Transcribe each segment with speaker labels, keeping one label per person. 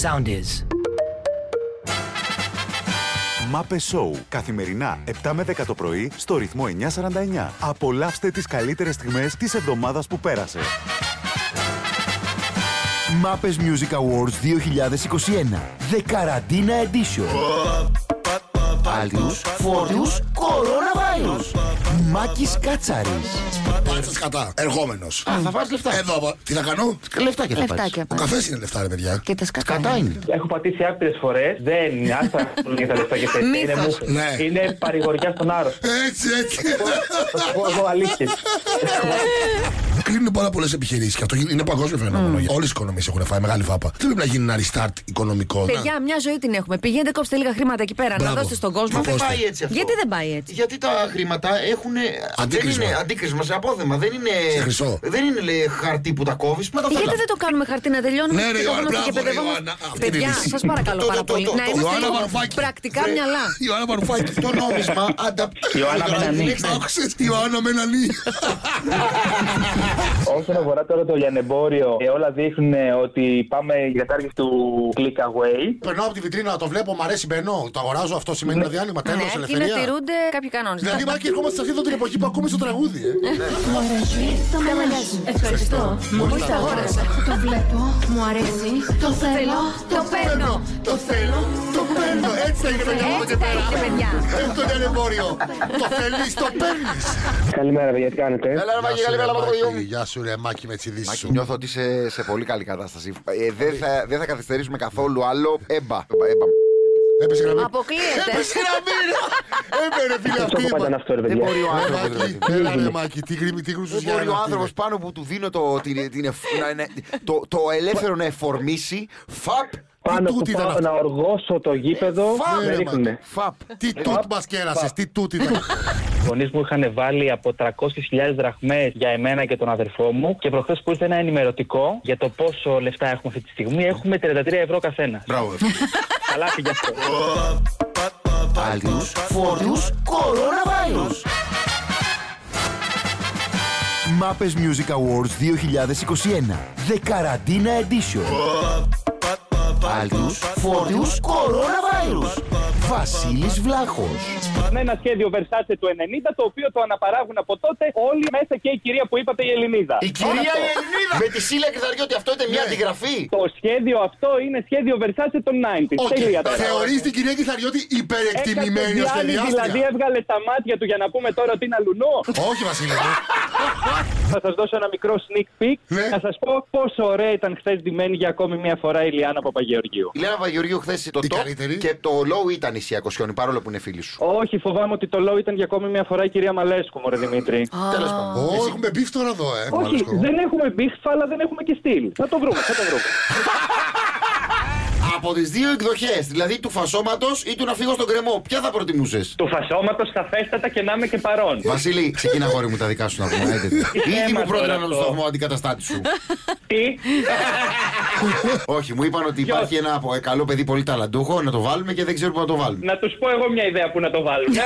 Speaker 1: Sound is.
Speaker 2: Μάπε Σόου. Καθημερινά 7 με 10 το πρωί στο ρυθμό 949. Απολαύστε τις καλύτερες στιγμές της εβδομάδας που πέρασε.
Speaker 3: Μάπες Music Awards 2021. Δεκαραντίνα Edition. Άλλιους, φόρτιους, κοροναβάιρους. Μάκης Κάτσαρης.
Speaker 4: Πάρτε κατά. Ερχόμενος.
Speaker 3: Α, θα βάζει λεφτά.
Speaker 4: Εδώ. απα- Τι θα κάνω.
Speaker 3: Λεφτάκια θα πάρεις.
Speaker 5: Λεφτάκια
Speaker 4: Ο
Speaker 5: πάρε.
Speaker 4: καφές είναι λεφτά, ρε παιδιά.
Speaker 5: Και τα σκατά.
Speaker 3: Κατά είναι.
Speaker 6: Έχω πατήσει άπειρες φορές. Δεν είναι άστα για τα λεφτά και τέτοια. Είναι,
Speaker 5: Μύθος.
Speaker 6: μούφες.
Speaker 4: Ναι.
Speaker 6: είναι παρηγοριά στον άρρωστο.
Speaker 4: Έτσι, έτσι.
Speaker 6: Θα σου πω εγώ αλήθειες.
Speaker 4: Κλείνουν πάρα πολλές επιχειρήσεις και αυτό γι- είναι παγκόσμιο φαινόμενο. Όλες οι οικονομίες έχουν φάει μεγάλη φάπα. Δεν πρέπει να γίνει ένα restart οικονομικό. να-
Speaker 5: Παιδιά, μια ζωή την έχουμε. Πηγαίνετε, κόψτε λίγα χρήματα εκεί πέρα, να
Speaker 4: Μπράβο. Λοιπόν,
Speaker 5: δώσετε στον κόσμο.
Speaker 4: Μα δεν
Speaker 7: πάει έτσι αυτό.
Speaker 5: Γιατί δεν πάει έτσι.
Speaker 7: Γιατί τα χρήματα έχουν.
Speaker 4: Αντίκρισμα.
Speaker 7: Δεν είναι αντίκρισμα σε απόθεμα. Δεν είναι.
Speaker 4: Σε χρυσό.
Speaker 7: Δεν είναι λέει, χαρτί που τα κόβεις. Μετά
Speaker 5: Γιατί δεν το κάνουμε χαρτί να τελειώνουμε
Speaker 4: Ναι, ρε,
Speaker 5: και
Speaker 4: Ιωάννα,
Speaker 5: καθόμαστε και
Speaker 4: μπράβο, ρε,
Speaker 5: παιδεύουμε.
Speaker 4: Ιωάννα. Αυτή είναι η
Speaker 5: Παιδιά,
Speaker 4: λύση.
Speaker 5: σας παρακαλώ
Speaker 7: Το- το-
Speaker 5: πάρα
Speaker 7: το-
Speaker 5: πολύ.
Speaker 7: το-
Speaker 5: Να
Speaker 7: το-
Speaker 5: είμαστε
Speaker 4: Ιωάννα Ναι.
Speaker 5: λίγο
Speaker 4: Βαρουφάκη.
Speaker 5: πρακτικά
Speaker 7: Βρε.
Speaker 5: μυαλά.
Speaker 4: Ιωάννα Βαρουφάκη.
Speaker 7: Το νόμισμα αντα...
Speaker 6: Ιωάννα
Speaker 7: το
Speaker 6: Μενανή. Ναι.
Speaker 7: αντιλέξτε.
Speaker 4: Άκουσες, Ιωάννα Μενανή.
Speaker 6: Όσον αφορά τώρα το λιανεμπόριο, ε, όλα δείχνουν ότι πάμε για κατάργηση του click away.
Speaker 8: Περνάω από τη βιτρίνα, το βλέπω, μ' αρέσει, μπαίνω. Το αγοράζω, αυτό σημαίνει ένα διάλειμμα. Τέλος,
Speaker 5: Ναι, αρκεί να
Speaker 8: ελευθερία.
Speaker 5: τηρούνται κάποιοι κανόνες.
Speaker 4: Ναι,
Speaker 8: Δηλαδή, μα και ερχόμαστε σε αυτή εδώ την εποχή που ακούμε στο τραγούδι. ε.
Speaker 9: Το μαγαζί. Ευχαριστώ.
Speaker 5: Μόλι τα αγόρασε.
Speaker 9: Το βλέπω, μου αρέσει. Το θέλω, το παίρνω.
Speaker 8: Το θέλω, το παίρνω. Έτσι θα είναι το μυαλό
Speaker 5: Έτσι
Speaker 8: και
Speaker 5: θα
Speaker 8: πέρα.
Speaker 5: είναι, παιδιά.
Speaker 8: Πέφτει το λιανεμπόριο. Το θέλεις, το παίρνεις.
Speaker 6: Καλημέρα, παιδιά, τι κάνετε.
Speaker 7: Έλα, ρε, Μάκη, καλή μέρα, Μάκη.
Speaker 8: Γεια σου, ρε Μάκη, με τι ειδήσει
Speaker 10: Μάκη,
Speaker 8: σου.
Speaker 10: νιώθω ότι είσαι σε πολύ καλή κατάσταση. Ε, δεν, θα, δεν θα καθυστερήσουμε καθόλου άλλο. Έμπα. Έμπα.
Speaker 8: Έπεσε
Speaker 4: ναι.
Speaker 8: γραμμή.
Speaker 5: Αποκλείεται.
Speaker 8: Έπεσε γραμμή. ρε. Έπαιρε, φίλε,
Speaker 6: Τι
Speaker 8: αυτή. η
Speaker 6: τσόκο
Speaker 8: Μα-
Speaker 6: ήταν αυτό, ρε
Speaker 10: Δεν
Speaker 6: παιδιά.
Speaker 10: μπορεί ο
Speaker 8: Ε,
Speaker 10: άνθρωπος.
Speaker 8: Μάκη, Έλα, ρε Μάκη, τι γρήμη, τι
Speaker 10: Δεν
Speaker 8: γρουσουζιά.
Speaker 10: μπορεί ο άνθρωπος πάνω που του δίνω το, την, την εφ- να- να- το, το ελεύθερο να εφορμήσει. Φαπ.
Speaker 6: Πάνω που
Speaker 8: τούτη ήταν
Speaker 6: πάω
Speaker 8: αυτό.
Speaker 6: να οργώσω το γήπεδο,
Speaker 8: Φάμε,
Speaker 6: με
Speaker 8: ρε,
Speaker 6: ρίχνουνε.
Speaker 8: Μάκη.
Speaker 10: Φαπ.
Speaker 8: Τι τούτ μας κέρασες, τι τούτη ήταν.
Speaker 6: Οι γονείς μου είχαν βάλει από 300.000 δραχμές για εμένα και τον αδερφό μου και προχθές που ήρθε ένα ενημερωτικό για το πόσο λεφτά έχουμε αυτή τη στιγμή, έχουμε 33 ευρώ καθένα.
Speaker 10: Μπράβο.
Speaker 6: Καλά πήγε αυτό.
Speaker 3: Άλλιους, φόρτιους, κοροναβάιρους. Μάπες Music Awards 2021. Δεκαραντίνα Edition. Άλλιους, φόρτιους, κοροναβάιρους. Βασίλης Βλάχος.
Speaker 6: με ένα σχέδιο Versace του 90, το οποίο το αναπαράγουν από τότε όλοι μέσα και η κυρία που είπατε η Ελληνίδα.
Speaker 7: Η κυρία Ελληνίδα! Ναι. Με τη Σίλα Κρυθαριώτη, αυτό ήταν μια αντιγραφή.
Speaker 6: Το σχέδιο αυτό είναι σχέδιο Versace των 90s. Τέλεια τώρα.
Speaker 8: Θεωρείς την κυρία Κιθαριώτη υπερεκτιμημένη ως
Speaker 6: Έκανε διάλυ, δηλαδή
Speaker 8: σχεδιάστρια.
Speaker 6: έβγαλε τα μάτια του για να πούμε τώρα ότι είναι αλουνό.
Speaker 8: Όχι, Βασίλη. ε.
Speaker 6: Θα σας δώσω ένα μικρό sneak peek.
Speaker 8: Ναι.
Speaker 6: Να σας πω πόσο ωραία ήταν χθες ντυμένη για ακόμη μια φορά η Λιάννα Παπαγεωργίου.
Speaker 10: Η Λένα Βαγιοργίου χθες το
Speaker 8: Η
Speaker 10: top
Speaker 8: καλύτερη.
Speaker 10: και το low ήταν η Σία Κοσιόνη παρόλο που είναι φίλη σου.
Speaker 6: Όχι, φοβάμαι ότι το λόγο ήταν για ακόμη μια φορά η κυρία Μαλέσκου, μωρέ Δημήτρη.
Speaker 10: Τέλος πάντων.
Speaker 8: Ω, έχουμε μπιφ τώρα εδώ, ε.
Speaker 6: Όχι,
Speaker 8: Μάλιστα.
Speaker 6: δεν έχουμε μπίχφα, αλλά δεν έχουμε και στυλ. Θα το βρούμε, θα το βρούμε.
Speaker 10: Από τις δύο εκδοχές, δηλαδή του φασώματος ή του να φύγω στον κρεμό, ποια θα προτιμούσες.
Speaker 6: Του φασώματος σαφέστατα και να είμαι και παρόν.
Speaker 10: Βασίλη, ξεκινά χώρι μου τα δικά σου να πούμε. Άιντε. Ήδη
Speaker 6: Έμα
Speaker 10: μου
Speaker 6: τώρα
Speaker 10: πρότειναν τον
Speaker 6: αυτό.
Speaker 10: σταθμό αντικαταστάτη σου.
Speaker 6: Τι,
Speaker 10: Όχι, μου είπαν ότι υπάρχει ένα απο- καλό παιδί πολύ ταλαντούχο να το βάλουμε και δεν ξέρω πού να το βάλουμε.
Speaker 6: να τους πω εγώ μια ιδέα που να το βάλουμε.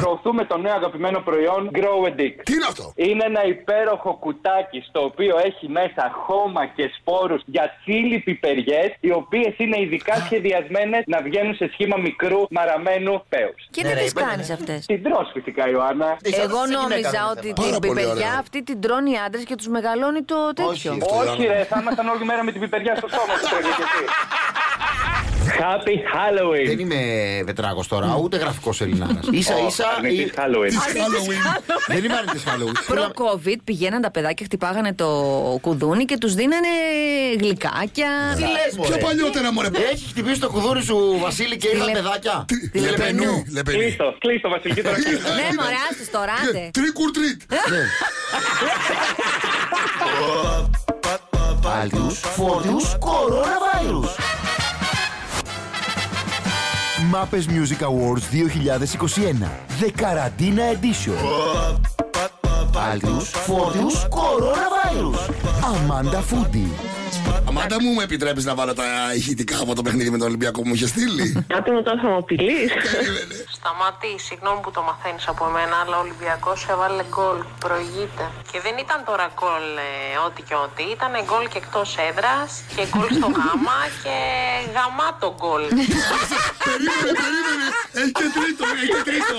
Speaker 6: Προωθούμε το νέο αγαπημένο προϊόν Grow a Dick.
Speaker 8: Τι είναι αυτό.
Speaker 6: Είναι ένα υπέροχο κουτάκι στο οποίο έχει μέσα χώμα και σπόρους για τσίλι πιπεριές οι οποίες είναι ειδικά σχεδιασμένες να βγαίνουν σε σχήμα μικρού μαραμένου πέους.
Speaker 5: Και
Speaker 4: Ναι,
Speaker 5: τι τι κάνει αυτές.
Speaker 6: Την τρως φυσικά Ιωάννα.
Speaker 5: Εγώ
Speaker 7: Σαν γυναίκα,
Speaker 5: νόμιζα
Speaker 7: δεν
Speaker 5: ότι
Speaker 7: θέλω.
Speaker 5: την
Speaker 4: Πάρα πολύ
Speaker 5: πιπεριά
Speaker 4: ωραία.
Speaker 5: αυτή την τρώνε οι άντρες και τους μεγαλώνει το τέτοιο.
Speaker 10: Όχι.
Speaker 6: Όχι ρε, θα ήμασταν όλη μέρα με την πιπεριά στο σώμα σου τρέχει και εσύ. Happy Halloween.
Speaker 10: Δεν είμαι βετράγος τώρα, ούτε γραφικός Ελληνάρας. σα ίσα.
Speaker 6: Αρνητής Halloween.
Speaker 8: Της Halloween.
Speaker 10: Δεν είμαι αρνητή Halloween.
Speaker 5: Προ-COVID πηγαίναν τα παιδάκια, χτυπάγανε το κουδούνι και τους δίνανε γλυκάκια.
Speaker 4: Ναι.
Speaker 7: Τι λες, μωρέ.
Speaker 8: Πιο παλιότερα, μωρέ.
Speaker 10: Έχει χτυπήσει το κουδούρι σου, Βασίλη, και ήρθαν παιδάκια.
Speaker 8: Λεπενού. Λεπενού.
Speaker 6: Κλείστο, κλείστο Βασιλική τώρα. κλείστο.
Speaker 5: Ναι, μωρέ, άστος τώρα, άντε.
Speaker 8: Τρίκουρ τρίτ.
Speaker 5: Ε?
Speaker 3: Άλλιους, φόρτιους, κοροναβάιρους. Μάπες Music Awards 2021. Δεκαραντίνα Edition. Άλλιους, φόρτιους, κοροναβάιρους.
Speaker 11: Αμάντα Φούντι.
Speaker 8: Αμάντα μου, με επιτρέπεις να βάλω τα ηχητικά από το παιχνίδι με τον Ολυμπιακό που μου είχε στείλει.
Speaker 1: Κάτι μου τώρα θα μου απειλείς.
Speaker 8: Περίμενε.
Speaker 12: Σταματή, συγγνώμη που το μαθαίνεις από εμένα, αλλά ο Ολυμπιακός έβαλε γκολ. Προηγείται. Και δεν ήταν τώρα γκολ ε, ό,τι και ό,τι. Ήταν γκολ και εκτός έδρας και γκολ στο γάμα και γαμάτο γκολ.
Speaker 8: περίμενε, περίμενε. Έχει και τρίτο, έχει και τρίτο.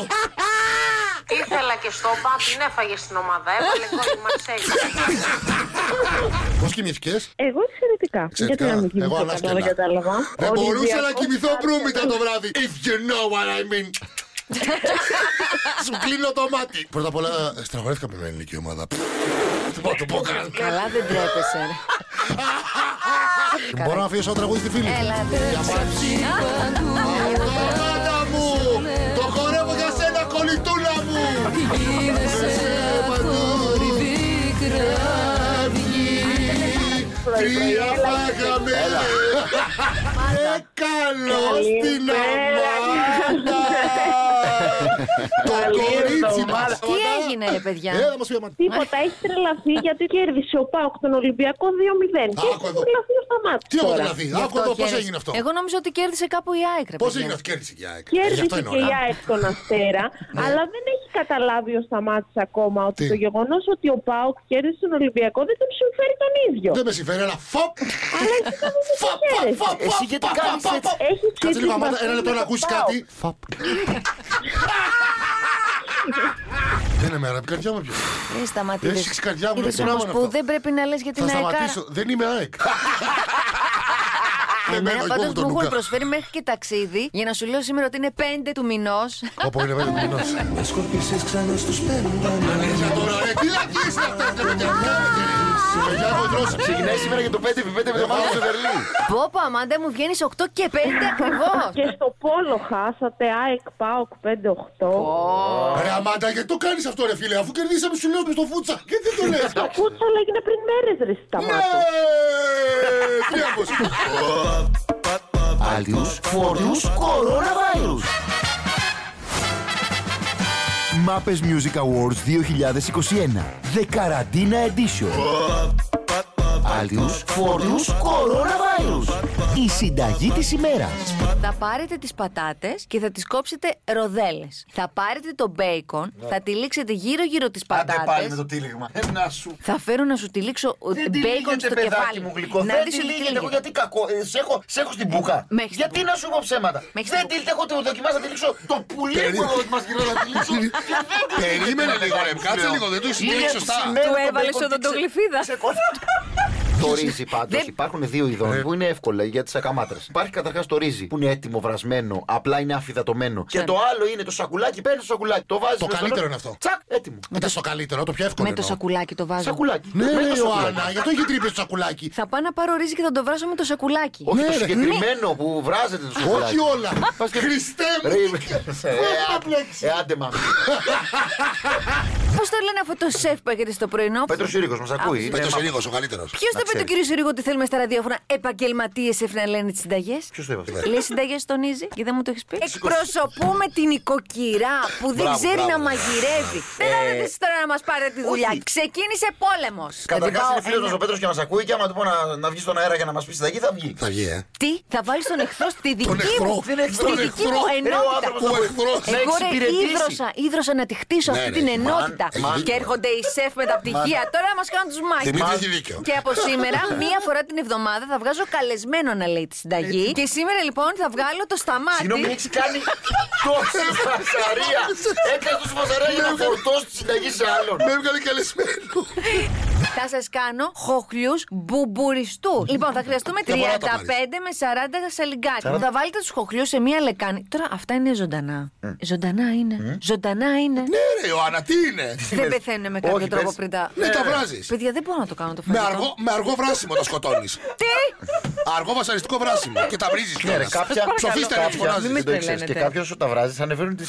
Speaker 12: Ήθελα και στο πα, την έφαγε στην ομάδα. Έβαλε γκολ η Μαρσέλη.
Speaker 8: Πώς κοιμήθηκες.
Speaker 1: Εγώ εξαιρετικά. Γιατί
Speaker 8: Εξαιρετικά.
Speaker 1: να μην
Speaker 8: Εγώ
Speaker 1: κοιμηθώ
Speaker 8: ανάσκελα.
Speaker 1: καλά, δεν κατάλαβα.
Speaker 8: Δεν
Speaker 1: Ο
Speaker 8: μπορούσα να
Speaker 1: Ολυμπιακός
Speaker 8: κοιμηθώ
Speaker 1: θα-
Speaker 8: προύμητα το βράδυ. If you know what I mean. Σου κλείνω το μάτι. Πρώτα απ' όλα, ε, στραγωρέθηκα με την ελληνική ομάδα. Πφ, Δεν μπορώ να το πω καν.
Speaker 5: Καλά δεν τρέπεσαι. ρε.
Speaker 8: Μπορώ να αφήσω το τραγούδι στη φίλη. μου.
Speaker 5: Έλα,
Speaker 8: Για πάρτι. Κοράτα μου! Το χορεύω για σένα, κολλητούλα μου! Τρία φάγαμε! Ε, καλό στην αμάντα! Το κορίτσι μας!
Speaker 5: Τι έγινε, ρε παιδιά.
Speaker 8: Ε, θα μας πει η Αμάντα.
Speaker 1: Τίποτα, έχει τρελαθεί γιατί κέρδισε ο Πάοκ τον Ολυμπιακό 2-0. Και
Speaker 8: Άκου
Speaker 1: έχει
Speaker 8: εδώ.
Speaker 1: τρελαθεί ο Σταμάτης.
Speaker 8: Τι έχω
Speaker 1: τώρα.
Speaker 8: δηλαδή,
Speaker 5: Γι'
Speaker 8: άκου εδώ πώς
Speaker 5: χαίρεσαι.
Speaker 8: έγινε αυτό.
Speaker 5: Εγώ νόμιζα ότι κέρδισε κάπου η ΑΕΚ. ρε
Speaker 8: Πώς
Speaker 5: παιδιά.
Speaker 8: έγινε αυτό, κέρδισε και η ΑΕΚ. Ε, Γι' αυτό
Speaker 1: Κέρδισε
Speaker 8: είναι
Speaker 1: και η
Speaker 8: ωραία.
Speaker 1: ΑΕΚ τον Αστέρα, αλλά δεν έχει καταλάβει ο Σταμάτης ακόμα ότι
Speaker 8: Τι?
Speaker 1: το γεγονός ότι ο Πάοκ κέρδισε τον Ολυμπιακό δεν τον συμφέρει τον ίδιο.
Speaker 8: Δεν με συμφέρει, αλλά φοπ!
Speaker 1: Αλλά εσύ θα μου
Speaker 8: Φαπ, φαπ, φαπ,
Speaker 10: Εσύ γιατί
Speaker 8: φαπ,
Speaker 10: κάνεις
Speaker 8: φαπ,
Speaker 10: έτσι?
Speaker 8: φαπ.
Speaker 1: Έχει
Speaker 8: Κάτσε λίγο,
Speaker 1: ψήφισμα
Speaker 8: Αμάντα, ένα λεπτό να
Speaker 1: στο
Speaker 8: ακούσει
Speaker 1: ΠΑΟΚ.
Speaker 8: κάτι. Φαπ. Δεν είναι μέρα, καρδιά μου πια.
Speaker 5: Ε, σταματήδες.
Speaker 8: Έχεις ξυκαρδιά μου,
Speaker 5: Είδες
Speaker 8: δεν
Speaker 5: όμως
Speaker 8: θυμάμαι
Speaker 5: που
Speaker 8: αυτό.
Speaker 5: δεν πρέπει να λες για την
Speaker 8: Θα
Speaker 5: ΑΕΚ.
Speaker 8: σταματήσω. Δεν είμαι ΑΕΚ. Δεν μένω
Speaker 5: Εμένα
Speaker 8: εγώ με
Speaker 5: Ναι,
Speaker 8: τον
Speaker 5: πάντως μου έχουν
Speaker 8: Λούκα.
Speaker 5: προσφέρει μέχρι και ταξίδι για να σου λέω σήμερα ότι είναι 5 του μηνός.
Speaker 8: Όπου είναι βέβαια μηνός.
Speaker 13: Με σκορπίσες ξανά στους πέντε
Speaker 8: Αλήθεια τώρα, ρε, τι λακκίες είναι αυτές, ρε, παιδιά. Παιδιά, έχω δρώσει.
Speaker 10: Ξεκινάει σήμερα για το 5x5 με το μάλλον στο Βερολίνο.
Speaker 5: Πόπο, Αμάντα μου βγαίνει 8 και 5 ακριβώς.
Speaker 1: Και στο πόλο χάσατε ΑΕΚ ΠΑΟΚ 5-8.
Speaker 8: Ρε Αμάντα, γιατί το κάνεις αυτό ρε φίλε, αφού κερδίσαμε σου λέω στο φούτσα. Γιατί δεν το λες.
Speaker 1: Το φούτσαλ έγινε πριν μέρες ρε
Speaker 8: Ναι,
Speaker 1: Σταμάτη.
Speaker 8: τριάμβος.
Speaker 11: Άλλιους φορτιούς κοροναβάιρους. Μάπες Music Awards 2021. Δεκαραντίνα Edition. Άλλιους φορτιούς κοροναβάιρους. Η συνταγή της ημέρας.
Speaker 5: θα πάρετε τις πατάτες και θα τις κόψετε ροδέλες. Θα πάρετε το μπέικον,
Speaker 8: Ναι.
Speaker 5: θα τυλίξετε γύρω-γύρω τις
Speaker 10: Άντε πάλι με
Speaker 5: πατάτε.
Speaker 10: το τύλιγμα. Ε, να σου.
Speaker 5: Θα φέρω να σου τυλίξω ο-
Speaker 10: Δεν
Speaker 5: μπέικον
Speaker 10: τυλίγεται,
Speaker 5: στο
Speaker 10: παιδάκι
Speaker 5: κεφάλι.
Speaker 10: μου γλυκό.
Speaker 5: Να
Speaker 10: Δεν
Speaker 5: δεις ότι
Speaker 10: τυλίγεται.
Speaker 5: τυλίγεται.
Speaker 10: Εγώ γιατί κακό. Ε, σε, έχω, σε έχω στην μπουκα.
Speaker 5: Με έχεις στην
Speaker 10: γιατί να σου πω ψέματα.
Speaker 5: έχεις
Speaker 10: Δεν
Speaker 5: στην μπουκα.
Speaker 10: τυλίγεται. Έχω το δοκιμάσει να τυλίξω το πουλί που
Speaker 8: Περίμενε.
Speaker 10: έχω δοκιμάσει και να τυλίξω. Και δεν
Speaker 8: Περίμενε
Speaker 10: τυλίγεται,
Speaker 8: λίγο, ρε,
Speaker 10: σου
Speaker 8: κάτσε
Speaker 10: λέω.
Speaker 8: λίγο, δεν το
Speaker 10: Είναι
Speaker 8: εξηγεί σωστά.
Speaker 10: ψημένο
Speaker 5: Του
Speaker 10: το
Speaker 5: έβαλες
Speaker 10: bacon και
Speaker 5: οδοντογλυφίδα.
Speaker 10: ξε- ξεκολλά. Το ρύζι πάντως.
Speaker 5: Δεν-
Speaker 10: Υπάρχουν δύο
Speaker 8: Ε.
Speaker 10: ειδών που είναι εύκολα για τις ακαμάτρες. Υπάρχει καταρχάς το ρύζι που είναι έτοιμο, βρασμένο, απλά είναι αφιδατωμένο.
Speaker 5: Ναι.
Speaker 10: Και το άλλο είναι το σακουλάκι, παίρνει το σακουλάκι. Το βάζεις.
Speaker 8: Το καλύτερο είναι αυτό.
Speaker 10: Τσακ, έτοιμο.
Speaker 8: Ήταν στο καλύτερο, το πιο εύκολο.
Speaker 5: Με το
Speaker 8: εννοώ.
Speaker 5: σακουλάκι το βάζω.
Speaker 10: Σακουλάκι.
Speaker 8: Ναι,
Speaker 10: Με
Speaker 8: ρε
Speaker 10: το σακουλάκι.
Speaker 8: Ιωάννα, γιατί έχει τρύπε στο σακουλάκι.
Speaker 5: Θα πάω να πάρω ρύζι και θα το βράσω με το σακουλάκι.
Speaker 10: Όχι
Speaker 8: Ναι,
Speaker 10: το
Speaker 8: ρε.
Speaker 10: συγκεκριμένο που βράζεται το σακουλάκι.
Speaker 8: Όχι όλα.
Speaker 10: Πας και-
Speaker 8: Χριστέ μου.
Speaker 10: Ρε, ε,
Speaker 8: να μπλέξεις.
Speaker 10: ε, άντε μα.
Speaker 5: Πώς το λένε αυτό το σεφ που έρχεται στο πρωινό.
Speaker 10: Πέτρος Συρίκο, μας ακούει.
Speaker 8: Πέτρο Συρίγο, ο καλύτερος.
Speaker 5: Ποιος θα πει
Speaker 10: ξέρεις.
Speaker 5: τον κύριο Συρίγο ότι θέλουμε στα ραδιόφωνα επαγγελματίες σεφ να λένε τι συνταγές.
Speaker 10: Ποιος το έβαλε.
Speaker 5: Λέει συνταγές στον Ίζη και δεν μου το έχεις πει. Εκπροσωπούμε την οικοκυρά που δεν
Speaker 10: Μπράβο,
Speaker 5: ξέρει
Speaker 10: μπράβο. Ε,
Speaker 5: να μαγειρεύει. Δεν θα δείτε εσείς τώρα να μας πάρετε τη δουλειά. Ξεκίνησε πόλεμος.
Speaker 10: Καταρχάς είναι φίλος μα ο Πέτρος και μας ακούει και άμα του πω να, να βγει στον αέρα για να μας πει συνταγή θα βγει.
Speaker 8: Θα βγει, ε.
Speaker 5: Τι, θα βάλεις τον εχθρό στη δική
Speaker 8: Τον εχθρό.
Speaker 5: μου,
Speaker 8: Δεν έχει
Speaker 5: στη
Speaker 8: τον
Speaker 5: δική
Speaker 8: εχθρό.
Speaker 5: μου
Speaker 8: Ε, ο
Speaker 5: ενότητα.
Speaker 10: άνθρωπος
Speaker 8: Ο εχθρό.
Speaker 10: Ναι.
Speaker 5: Εγώ
Speaker 10: να
Speaker 5: ρε
Speaker 10: εξυπηρετήσει.
Speaker 5: ίδρωσα, ίδρωσα να τη χτίσω
Speaker 8: Ναι, ρε,
Speaker 5: αυτή την
Speaker 8: μαν,
Speaker 5: ενότητα.
Speaker 8: έχει δίκιο.
Speaker 5: Και έρχονται οι σεφ με τα πτυχία τώρα να μας κάνουν τους
Speaker 8: Δημήτρης έχει
Speaker 5: μάχε.
Speaker 8: δίκιο.
Speaker 5: Και από σήμερα, μία φορά την εβδομάδα, θα βγάζω καλεσμένο να λέει τη συνταγή. Και σήμερα λοιπόν θα βγάλω το
Speaker 10: Συγγνώμη,
Speaker 5: σταμάτη.
Speaker 10: έχει κάνει τόση φασαρία. Έκανε τόση φασαρία για να φορτώσει τη συνταγή σε άλλον.
Speaker 8: Με έβγαλε καλεσμένο.
Speaker 5: Θα σας κάνω χοχλιούς μπουμπουριστούς. Λοιπόν, θα χρειαστούμε 35
Speaker 8: Δεν μπορώ να τα πάρεις.
Speaker 5: με 40 σαλιγκάκι. Θα βάλετε τους χοχλιούς σε μία λεκάνη. Τώρα αυτά είναι ζωντανά.
Speaker 10: Ε.
Speaker 5: Ζωντανά είναι. Ζωντανά είναι.
Speaker 8: Ναι, ρε Ιωάννα, τι είναι.
Speaker 5: Δεν πεθαίνουν με κάποιο
Speaker 10: Όχι,
Speaker 5: τρόπο
Speaker 10: πες. Ε.
Speaker 5: πριν τα.
Speaker 8: Ναι, τα βράζεις.
Speaker 5: Παιδιά, δεν μπορώ να το κάνω το
Speaker 8: Με
Speaker 5: φαγητό.
Speaker 8: αργό, με αργό βράσιμο τα σκοτώνεις.
Speaker 5: Τι!
Speaker 8: αργό βασανιστικό βράσιμο. Και τα βρίζεις
Speaker 10: Ναι,
Speaker 5: Ναι,
Speaker 8: κιόλα. Ψοφίστε να
Speaker 5: Μην με
Speaker 8: φωνάζει.
Speaker 10: δεν το ήξερες. Και
Speaker 5: τρελαίνετε.
Speaker 10: κάποιο σου τα βράζεις ανεβαίνουν τι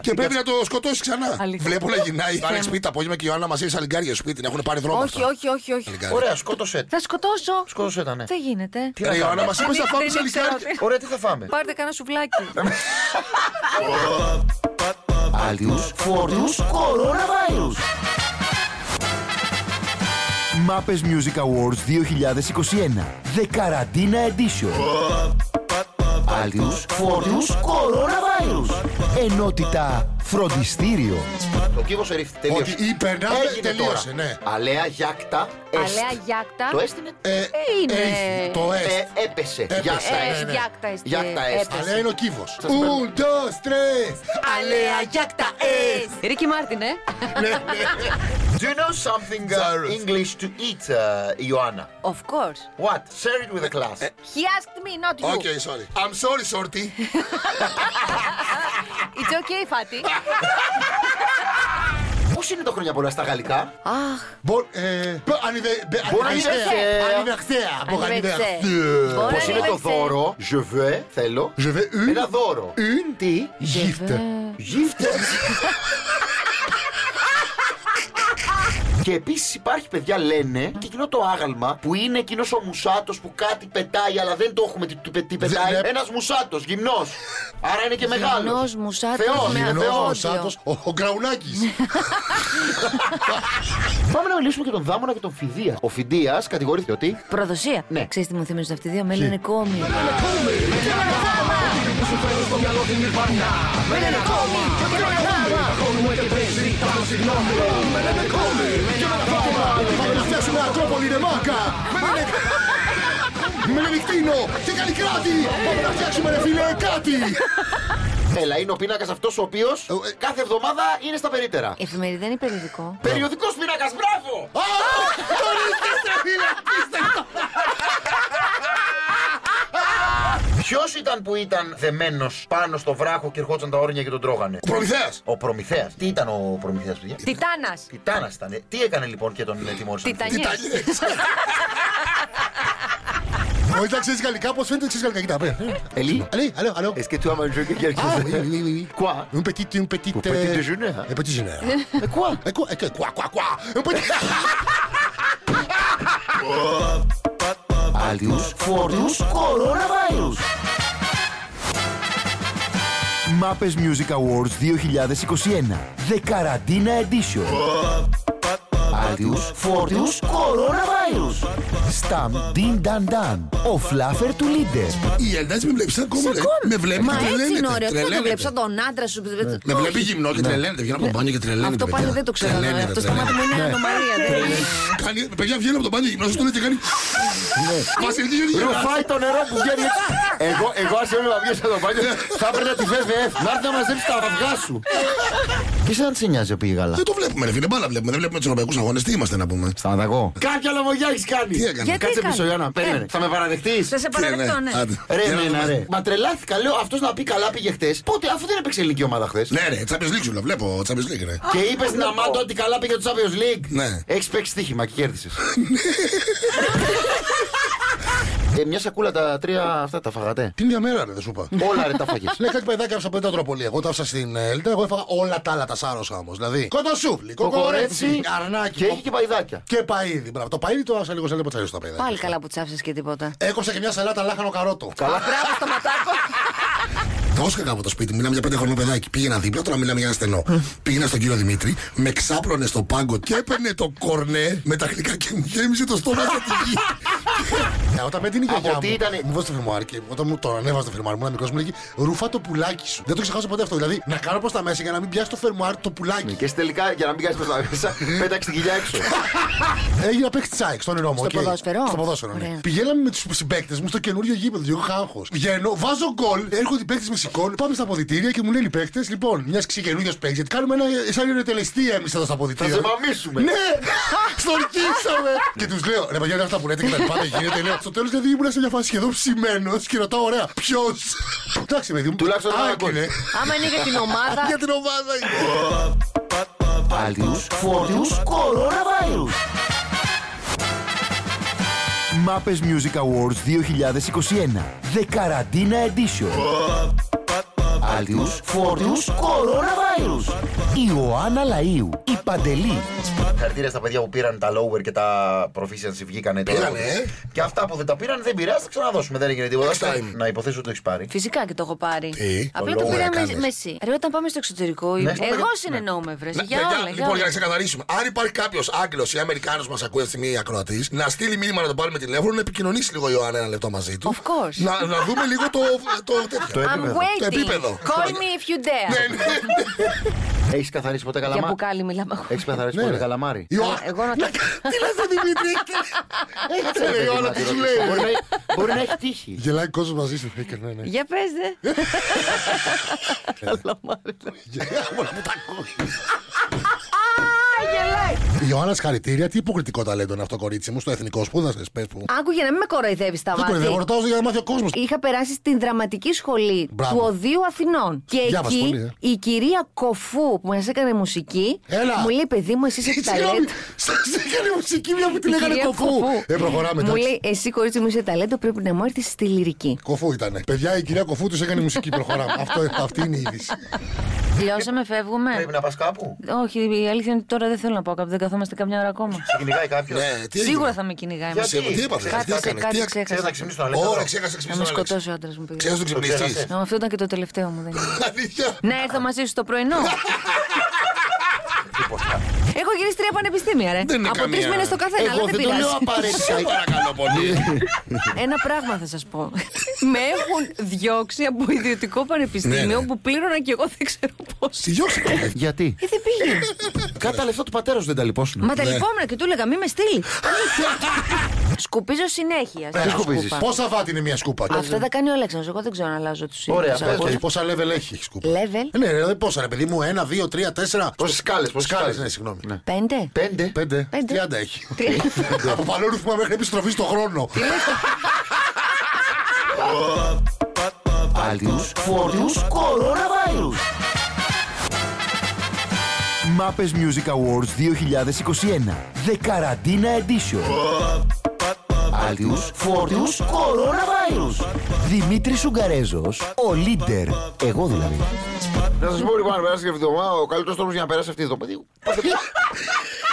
Speaker 8: Και πρέπει να το σκοτώσεις ξανά.
Speaker 5: Αλήθεια.
Speaker 8: Βλέπω να γυρνάει. Αν
Speaker 5: Θεέ
Speaker 8: έχει
Speaker 5: μου.
Speaker 8: πει τα απόγευμα και η Ιωάννα μαζί σαλιγκάρια σπίτι, την έχουν πάρει δρόμο.
Speaker 5: Όχι,
Speaker 8: αυτά.
Speaker 5: όχι, όχι, όχι.
Speaker 8: Σαλιγκάρια.
Speaker 10: Ωραία, σκότωσε.
Speaker 5: Θα σκοτώσω.
Speaker 10: Σκότωσε τα ναι.
Speaker 5: Δεν γίνεται.
Speaker 10: Τι
Speaker 8: Ρε
Speaker 10: να
Speaker 8: Ε, Ιωάννα, μα
Speaker 10: κάνουμε.
Speaker 8: είπε να φάμε
Speaker 5: Δεν ήξερα
Speaker 8: σαλιγκάρια.
Speaker 5: ότι-
Speaker 10: Ωραία, τι θα φάμε.
Speaker 5: Πάρτε κανένα σουβλάκι.
Speaker 11: Άλλιους φορτιούς κοροναβάιρους.
Speaker 3: Μάπε Music Awards 2021. Δεκαραντίνα Edition. Άλλιου φορτιού coronavirus. Ενότητα φροντιστήριο.
Speaker 10: Το κύβο ερήφθη. Τελείωσε.
Speaker 3: Ότι υπερνάμε,
Speaker 10: Έγινε
Speaker 3: τελείωσε,
Speaker 10: τώρα.
Speaker 3: ναι.
Speaker 10: Αλέα γιάκτα.
Speaker 5: Αλέα
Speaker 10: εστ.
Speaker 5: γιάκτα.
Speaker 10: Το έστεινε.
Speaker 5: Ε, είναι.
Speaker 10: Ε, έπεσε.
Speaker 5: Έπεσε,
Speaker 10: Γιάκτα
Speaker 5: ναι,
Speaker 10: έστεινε.
Speaker 5: ναι. Γιάκτα έστεινε.
Speaker 10: Γιάκτα έστεινε.
Speaker 5: Έπεσε. Αλέα είναι
Speaker 10: ο κύβος.
Speaker 8: Un, dos, tres.
Speaker 5: Αλέα γιάκτα ε! Ρίκι Μάρτιν, ε!
Speaker 8: Ναι,
Speaker 10: Do you know something uh, English to eat, uh, Ioanna?
Speaker 5: Of course.
Speaker 10: What? Share it with the
Speaker 3: Ε.
Speaker 10: class.
Speaker 5: He asked me, not you.
Speaker 4: Okay, sorry. I'm sorry, sorty.
Speaker 5: It's okay, Fatty.
Speaker 10: Πώς είναι το χρόνια πολλά στα γαλλικά?
Speaker 5: Αχ,
Speaker 8: Μπο- ε, μπο- ανιδε- μπε-
Speaker 10: Μπορεί να
Speaker 8: ανιβερσέα.
Speaker 10: είναι
Speaker 8: Ανιβερσέα. Από
Speaker 5: Ανιβερσέα.
Speaker 8: ανιβερσέα.
Speaker 5: Μπορεί
Speaker 10: Πώ
Speaker 5: να
Speaker 10: είναι το
Speaker 5: ανιβερσέα.
Speaker 10: δώρο? Je veux, θέλω.
Speaker 8: Je veux une-
Speaker 10: Ένα δώρο.
Speaker 8: une
Speaker 10: Τι?
Speaker 8: gift.
Speaker 10: Gift. Και επίσης υπάρχει παιδιά, λένε, και εκείνο το άγαλμα που είναι εκείνος ο μουσάτος που κάτι πετάει, αλλά δεν το έχουμε τι, τι- τι πετάει.
Speaker 8: Δεν-
Speaker 10: Ένας μουσάτος, γυμνός. Άρα είναι και μεγάλο.
Speaker 5: Γυμνός μουσάτος
Speaker 10: Θεός,
Speaker 5: με
Speaker 10: γυμνός
Speaker 5: αγρόντιο.
Speaker 10: μουσάτος.
Speaker 8: Ο, ο Γκραουνάκης.
Speaker 5: Ναι.
Speaker 10: Πάμε να μιλήσουμε και τον Δάμονα και τον Φιδία. Ο Φιδία κατηγορήθηκε ότι.
Speaker 5: προδοσία. Ναι. Ξέρεις τι μου θυμίζουν αυτοί οι δύο, με λένε κόμι.
Speaker 8: Να φτιάξουμε Ακρόπολη, ρε μάκα. Με λένε- Με λένε Κτίνο και Καλλικράτη. Πάμε να φτιάξουμε, ρε φίλε, κάτι. Ε,
Speaker 10: Έλα, είναι ο πίνακας αυτός ο οποίος κάθε εβδομάδα είναι στα
Speaker 8: Ε,
Speaker 10: περίτερα.
Speaker 5: Εφημερίδα είναι περιοδικό.
Speaker 10: Περιοδικός πίνακας, μπράβο!
Speaker 8: Α, Τον νικήστε, φίλε, απίστευτο.
Speaker 10: Ποιος ήταν που ήταν δεμένος πάνω στο βράχο και ερχόταν τα όρνια και τον τρώγανε.
Speaker 8: Ο Προμηθέας.
Speaker 10: Ο Προμηθέας. Τι ήταν ο Προμηθέας, παιδιά.
Speaker 5: Τιτάνας.
Speaker 10: Τιτάνας ήταν. Τι έκανε λοιπόν και τον ε, τιμώρησαν.
Speaker 5: Τιτανιές.
Speaker 8: Όχι, τα ξέρεις γαλλικά, πώς φαίνεται, ξέρεις γαλλικά. Κοίτα, πέ.
Speaker 10: Ελί.
Speaker 8: Allez, allô, allô.
Speaker 5: Ε,
Speaker 10: Est-ce que tu as mangé quelque
Speaker 8: Ah, oui, oui, oui, oui.
Speaker 10: Quoi
Speaker 8: Une petite, une petite.
Speaker 10: Au petit déjeuner, hein.
Speaker 8: Un petit déjeuner.
Speaker 10: Mais quoi
Speaker 8: Et quoi, et que- quoi, quoi, quoi Un petit.
Speaker 3: Άλλιου φορτιού coronavirus. Μάπε Music Awards 2021. Δεκαραντίνα Edition. Άλλιου φορτιού coronavirus. Σταμ Ντιν Νταν Νταν. Ο φλάφερ του Λίντερ.
Speaker 4: Η Ελντάτζη με βλέπει σαν κόμμα. ρε. Με βλέπει
Speaker 5: Μα
Speaker 4: και
Speaker 5: έτσι είναι
Speaker 4: τρελαίνεται,
Speaker 5: ωραίο. Πού το
Speaker 4: τρελαίνεται.
Speaker 5: βλέπεις, σαν τον άντρα σου.
Speaker 4: Με βλέπει γυμνό και τρελαίνεται. Βγαίνω από τον μπάνιο και τρελαίνεται.
Speaker 5: Ναι. Αυτό πάλι
Speaker 4: παιδιά. Ναι.
Speaker 5: δεν το ξέρω.
Speaker 4: Τρελαίνεται,
Speaker 5: Αυτό στο μάτι
Speaker 4: τρελαίνεται.
Speaker 5: μου είναι ανομαλία. δεν είναι.
Speaker 4: Κάνει, παιδιά, βγαίνει από τον μπάνιο γυμνός, τον και κάνει.
Speaker 5: Ναι.
Speaker 4: Βασιλική Γεωργιάδη.
Speaker 10: Ρουφάει το νερό που βγαίνει έξω. Εγώ, εγώ αν σε έβλεπα βγαίνει από το μπάνιο, θα έπαιρνα τη ΒΒΕΦ. Να έρθει να μαζέψει τα αυγά σου. Και σαν σε νοιάζει που γάλα.
Speaker 4: Δεν το βλέπουμε, ρε φίλε. Μπάλα βλέπουμε. Δεν βλέπουμε τους ευρωπαϊκούς αγώνες. Τι είμαστε να πούμε.
Speaker 10: Σταματαγώ. Κάποια λαμογιά έχεις κάνει.
Speaker 4: Τι έκανες.
Speaker 5: Γιατί
Speaker 10: Κάτσε
Speaker 5: κάνει?
Speaker 10: πίσω, Ιωάννα. Περίμενε.
Speaker 5: Ε.
Speaker 10: Θα με παραδεχτείς.
Speaker 5: Θα σε παραδεχτώ, ναι.
Speaker 4: Άντε.
Speaker 10: Ρε,
Speaker 4: Για να
Speaker 10: εμένα,
Speaker 4: δούμε.
Speaker 10: ρε. Μα τρελάθηκα, λέω αυτός να πει καλά πήγε χθε. Πότε, αφού δεν έπαιξε ελληνική ομάδα χθες.
Speaker 4: Ναι, ρε, Champions League σου λέω. Βλέπω Champions League, ρε.
Speaker 10: Και είπες στην Αμάντο ότι καλά πήγε το Champions League.
Speaker 4: Ναι.
Speaker 10: Έχεις παίξει στοίχημα και κέρδισες.
Speaker 4: Ναι.
Speaker 10: ε, μια σακούλα τα τρία αυτά τα φαγατε.
Speaker 8: Την ίδια μέρα, ρε, δεν σου είπα.
Speaker 10: Όλα ρε τα φαγε.
Speaker 8: Λέει κάτι παιδάκι άφησα από την τροπολία. Εγώ τα άφησα στην Ελτέρα, εγώ έφαγα όλα τα άλλα τα σάρωσα όμως. Δηλαδή, κοτοσούφλι, κοκορέτσι,
Speaker 10: και έχει
Speaker 8: αρνάκι
Speaker 10: και παϊδάκια.
Speaker 8: και παίδι. Μπράβο, το παίδι το άφησα λίγο σε λίγο τσαλί στο παιδάκι.
Speaker 5: Πάλι καλά που τσάφσες και τίποτα.
Speaker 8: Έκοψα και μια σαλάτα λάχανο καρότο.
Speaker 5: Μπράβο στο ματάκο.
Speaker 4: Τα όσκα από το σπίτι, μιλάμε για πέντε χρονών παιδάκι. Πήγαινα δίπλα, τώρα μιλάμε για ένα στενό. Πήγαινα στον κύριο Δημήτρη, με ξάπλωνε στο πάγκο και έπαιρνε το κορνέ με τα γλυκά και μου γέμισε το στόμα στα τη γη.
Speaker 8: Ε, Όταν με την
Speaker 10: Από
Speaker 8: γιαγιά
Speaker 10: τι
Speaker 8: μου,
Speaker 10: ήτανε?
Speaker 8: μου βάζει το φερμάρι και όταν μου τον ανέβαζε το φερμάρι μου, ένα μικρός μου λέγει Ρούφα το πουλάκι σου. Δεν το ξεχάσω ποτέ αυτό. Δηλαδή να κάνω προς τα μέσα για να μην πιάσει το φερμάρι το πουλάκι.
Speaker 10: Ναι, Και τελικά για να μην κάνει προς τα μέσα, πέταξε την κοιλιά έξω.
Speaker 8: Έγινα παίχτη τσάικ στον νερό μου.
Speaker 5: Στο
Speaker 8: οκ.
Speaker 5: ποδόσφαιρο?
Speaker 8: Στο ποδόσφαιρο, ναι.
Speaker 5: Ωραία.
Speaker 8: Πηγαίναμε με τους συμπαίκτες μου στο καινούριο γήπεδο. και Εγώ είχα άγχος. Βγαίνω, βάζω γκολ, έρχονται οι παίκτες με σηκώνουν. Πάμε στα ποδητήρια και μου λένε οι παίκτες, λοιπόν, μιας ξεκαινούριο παίκτης, γιατί κάνουμε ένα ε, σαν ιεροτελεστία εμείς εδώ στα ποδητήρια.
Speaker 10: Θα σε μαμίσουμε.
Speaker 8: Ναι! Στορκίσαμε! και τους λέω, ρε παιδιά, είναι αυτά που λέτε και τα λοιπά, δεν γίνεται. Λέω, στο τέλος δηλαδή ήμουν σε μια φάση σχεδόν ψημένος και ρωτάω, ωραία, ποιος. Εντάξει, παιδί μου,
Speaker 10: Τουλάχιστον ένα γκολ.
Speaker 8: άκουνε.
Speaker 5: Άμα είναι για την ομάδα.
Speaker 8: Για την ομάδα είναι.
Speaker 3: Άλλιου φορτιού coronavirus. Μάπε Music Awards 2021. Δεκαραντίνα Edition. Άλλιου φορτιού coronavirus. Ιωάννα Λαΐου. Η Παντελή.
Speaker 10: Χαρτίρια στα παιδιά που πήραν τα lower και τα proficiency βγήκανε τώρα.
Speaker 4: Πήρανε, ε.
Speaker 10: Και αυτά που δεν τα πήραν δεν πειράζει, θα ξαναδώσουμε. Δεν έγινε τίποτα.
Speaker 4: Next time.
Speaker 10: Να υποθέσω ότι το έχεις πάρει.
Speaker 5: Φυσικά και το έχω πάρει.
Speaker 10: Τι?
Speaker 5: Απλά
Speaker 10: Το
Speaker 5: το
Speaker 10: λόγο
Speaker 5: πήρα
Speaker 10: να
Speaker 5: με-
Speaker 10: κάνεις.
Speaker 5: με εσύ. Ρε, όταν πάμε στο εξωτερικό,
Speaker 4: Ναι.
Speaker 5: εγώ συνεννοούμε, βρε.
Speaker 4: Ναι,
Speaker 5: Για
Speaker 4: παιδιά,
Speaker 5: όλα. για
Speaker 4: λοιπόν, για να
Speaker 5: όλα.
Speaker 4: ξεκαθαρίσουμε. Αν υπάρχει κάποιος Άγγλος ή Αμερικάνος που μας ακούει αυτή τη στιγμή ακροατής, να στείλει μήνυμα να τον πάρουμε τηλέφωνο, να επικοινωνήσει λίγο η Ιωάννα ένα λεπτό μαζί του.
Speaker 5: Of course.
Speaker 4: Να, να δούμε λίγο το, το, τέτοιο. Ναι,
Speaker 5: I'm
Speaker 4: Το επίπεδο.
Speaker 5: waiting. Call me if you dare.
Speaker 10: Έχεις καθαρίσει ποτέ
Speaker 5: Για
Speaker 10: καλαμάρι.
Speaker 5: μπουκάλι μιλάμε.
Speaker 10: Έχεις καθαρίσει
Speaker 4: Ναι,
Speaker 10: ποτέ
Speaker 4: ρε.
Speaker 10: καλαμάρι.
Speaker 5: Αλλά Εγώ να το.
Speaker 4: Τι λες, Δημήτρη,
Speaker 10: Έτσι
Speaker 4: ρε, Ε, η Ιωάννα, τι σου λέει.
Speaker 10: Μπορεί να- Μπορεί να έχει τύχει.
Speaker 8: Γελάει κόσμος μαζί σου, Φέκερ, ναι, ναι.
Speaker 5: Για πες δε.
Speaker 4: Ε- Η Ιωάννα, χαρητήρια, τι υποκριτικό ταλέντο είναι αυτό, κορίτσι μου, στο εθνικό σπούδασε. Πες που.
Speaker 5: Άκουγε να μην με κοροϊδεύεις τα
Speaker 4: Δεν το
Speaker 5: βάθη.
Speaker 4: ρωτάω για να μάθει ο κόσμος.
Speaker 5: Είχα περάσει στην δραματική σχολή
Speaker 4: Μπράβο.
Speaker 5: του Οδείου Αθηνών. Και
Speaker 4: Διάβασε
Speaker 5: εκεί
Speaker 4: πολύ, ε.
Speaker 5: η κυρία Κοφού που μας έκανε μουσική
Speaker 4: Έλα.
Speaker 5: μου λέει: Παιδί μου, εσύ είσαι
Speaker 4: Συγγνώμη,
Speaker 5: ταλέντο.
Speaker 4: σας έκανε μουσική μια που
Speaker 5: Η
Speaker 4: την έκανε
Speaker 5: κυρία
Speaker 4: κοφού. Ε, προχωράμε,
Speaker 5: Μου
Speaker 4: εντάξει.
Speaker 5: λέει: Εσύ, κορίτσι μου, είσαι ταλέντο, πρέπει να μου έρθεις στη λυρική.
Speaker 4: Κοφού ήταν.
Speaker 8: Παιδιά, η κυρία Κοφού τους έκανε μουσική προχωράμε. Αυτό, αυτή είναι η είδηση.
Speaker 5: Τελειώσαμε,
Speaker 4: Ε,
Speaker 5: φεύγουμε.
Speaker 10: Πρέπει να πας κάπου.
Speaker 5: Όχι, η αλήθεια είναι ότι τώρα δεν θέλω να πάω κάπου, δεν καθόμαστε καμιά ώρα ακόμα.
Speaker 10: Σε κυνηγάει κάποιος.
Speaker 4: Ναι, τι έγινε.
Speaker 5: Σίγουρα θα με κυνηγάει.
Speaker 10: Γιατί?
Speaker 4: Σε- Τι έπαθε,
Speaker 5: Κάτι,
Speaker 4: τι έκανε,
Speaker 5: κάτι
Speaker 4: τι έκανε.
Speaker 5: ξέχασα.
Speaker 10: Ξέρει να ξυπνήσει τον Αλέξανδρο.
Speaker 4: Ωραία, ξέχασε
Speaker 5: Να
Speaker 4: ξυπνήσει
Speaker 5: με
Speaker 4: τον Αλέξη.
Speaker 5: σκοτώσει ο άντρας μου, παιδιά.
Speaker 4: Ξέχασε τον ξυπνήσεις.
Speaker 10: ξέχασε.
Speaker 5: Να, Αυτό ήταν και το τελευταίο μου. δεν είναι.
Speaker 4: Αλήθεια.
Speaker 5: Να έρθω μαζί σου στο πρωινό. Έχω γυρίσει τρία πανεπιστήμια, ρε.
Speaker 4: Δεν είναι
Speaker 5: Από τρει
Speaker 4: καμία-
Speaker 5: μήνες το καθένα, αλλά
Speaker 10: Εγώ
Speaker 5: δεν
Speaker 10: δεν το λέω
Speaker 5: πειράζει.
Speaker 4: Σε
Speaker 10: απαραίτητα.
Speaker 4: παρακαλώ πολύ.
Speaker 5: Ένα πράγμα θα σας πω. Με έχουν διώξει από ιδιωτικό πανεπιστήμιο
Speaker 4: Ναι, ναι.
Speaker 5: που πλήρωνα και εγώ δεν ξέρω πώς.
Speaker 4: Στη διώξε. ε,
Speaker 10: Γιατί.
Speaker 5: Ε, δεν πήγε.
Speaker 10: Κάτα λεφτά του πατέρας δεν τα λυπώσουν.
Speaker 5: Μα τα
Speaker 4: Ναι.
Speaker 5: λυπόμουν και του έλεγα, μη με στείλει. Σκουπίζω
Speaker 8: Ε,
Speaker 5: συνέχεια.
Speaker 4: Ναι.
Speaker 10: τι σκουπίζεις?
Speaker 5: σκούπα.
Speaker 8: Πόσα βάτη είναι μια σκούπα.
Speaker 5: Αυτά τα κάνει ο Αλέξανδρος, εγώ δεν ξέρω να αλλάζω τους
Speaker 10: Ωραία,
Speaker 5: ήχους.
Speaker 10: πες,
Speaker 5: από-
Speaker 10: πες.
Speaker 8: Πόσα level έχει η σκούπα.
Speaker 5: Level
Speaker 8: Ε, Ναι, ρε, πόσα ρε, παιδί μου, ένα, δύο, τρία, τέσσερα.
Speaker 10: Πόσε σκάλε, πόσε
Speaker 8: Σκάλε, ναι,
Speaker 10: σκάλε.
Speaker 8: συγγνώμη.
Speaker 5: πέντε.
Speaker 10: Πέντε.
Speaker 8: Πέντε.
Speaker 5: Πέντε.
Speaker 8: Τριάντα έχει.
Speaker 5: Τρία.
Speaker 8: Από παλαιόρυθμα μέχρι επιστροφή στον χρόνο.
Speaker 3: Άλλους φόρτους κοροναβάιρους. Μάπες Music Awards 2021. Δεκαραντίνα Edition. Άλλους φόρτους κοροναβάιρους. Δημήτρης Ουγγαρέζος, ο Λίντερ. Εγώ δηλαδή.
Speaker 10: Να σας πω λοιπόν, πέρασε και εβδομάδα. Ο καλύτερος τρόπος για να περάσει αυτή η εβδομάδα.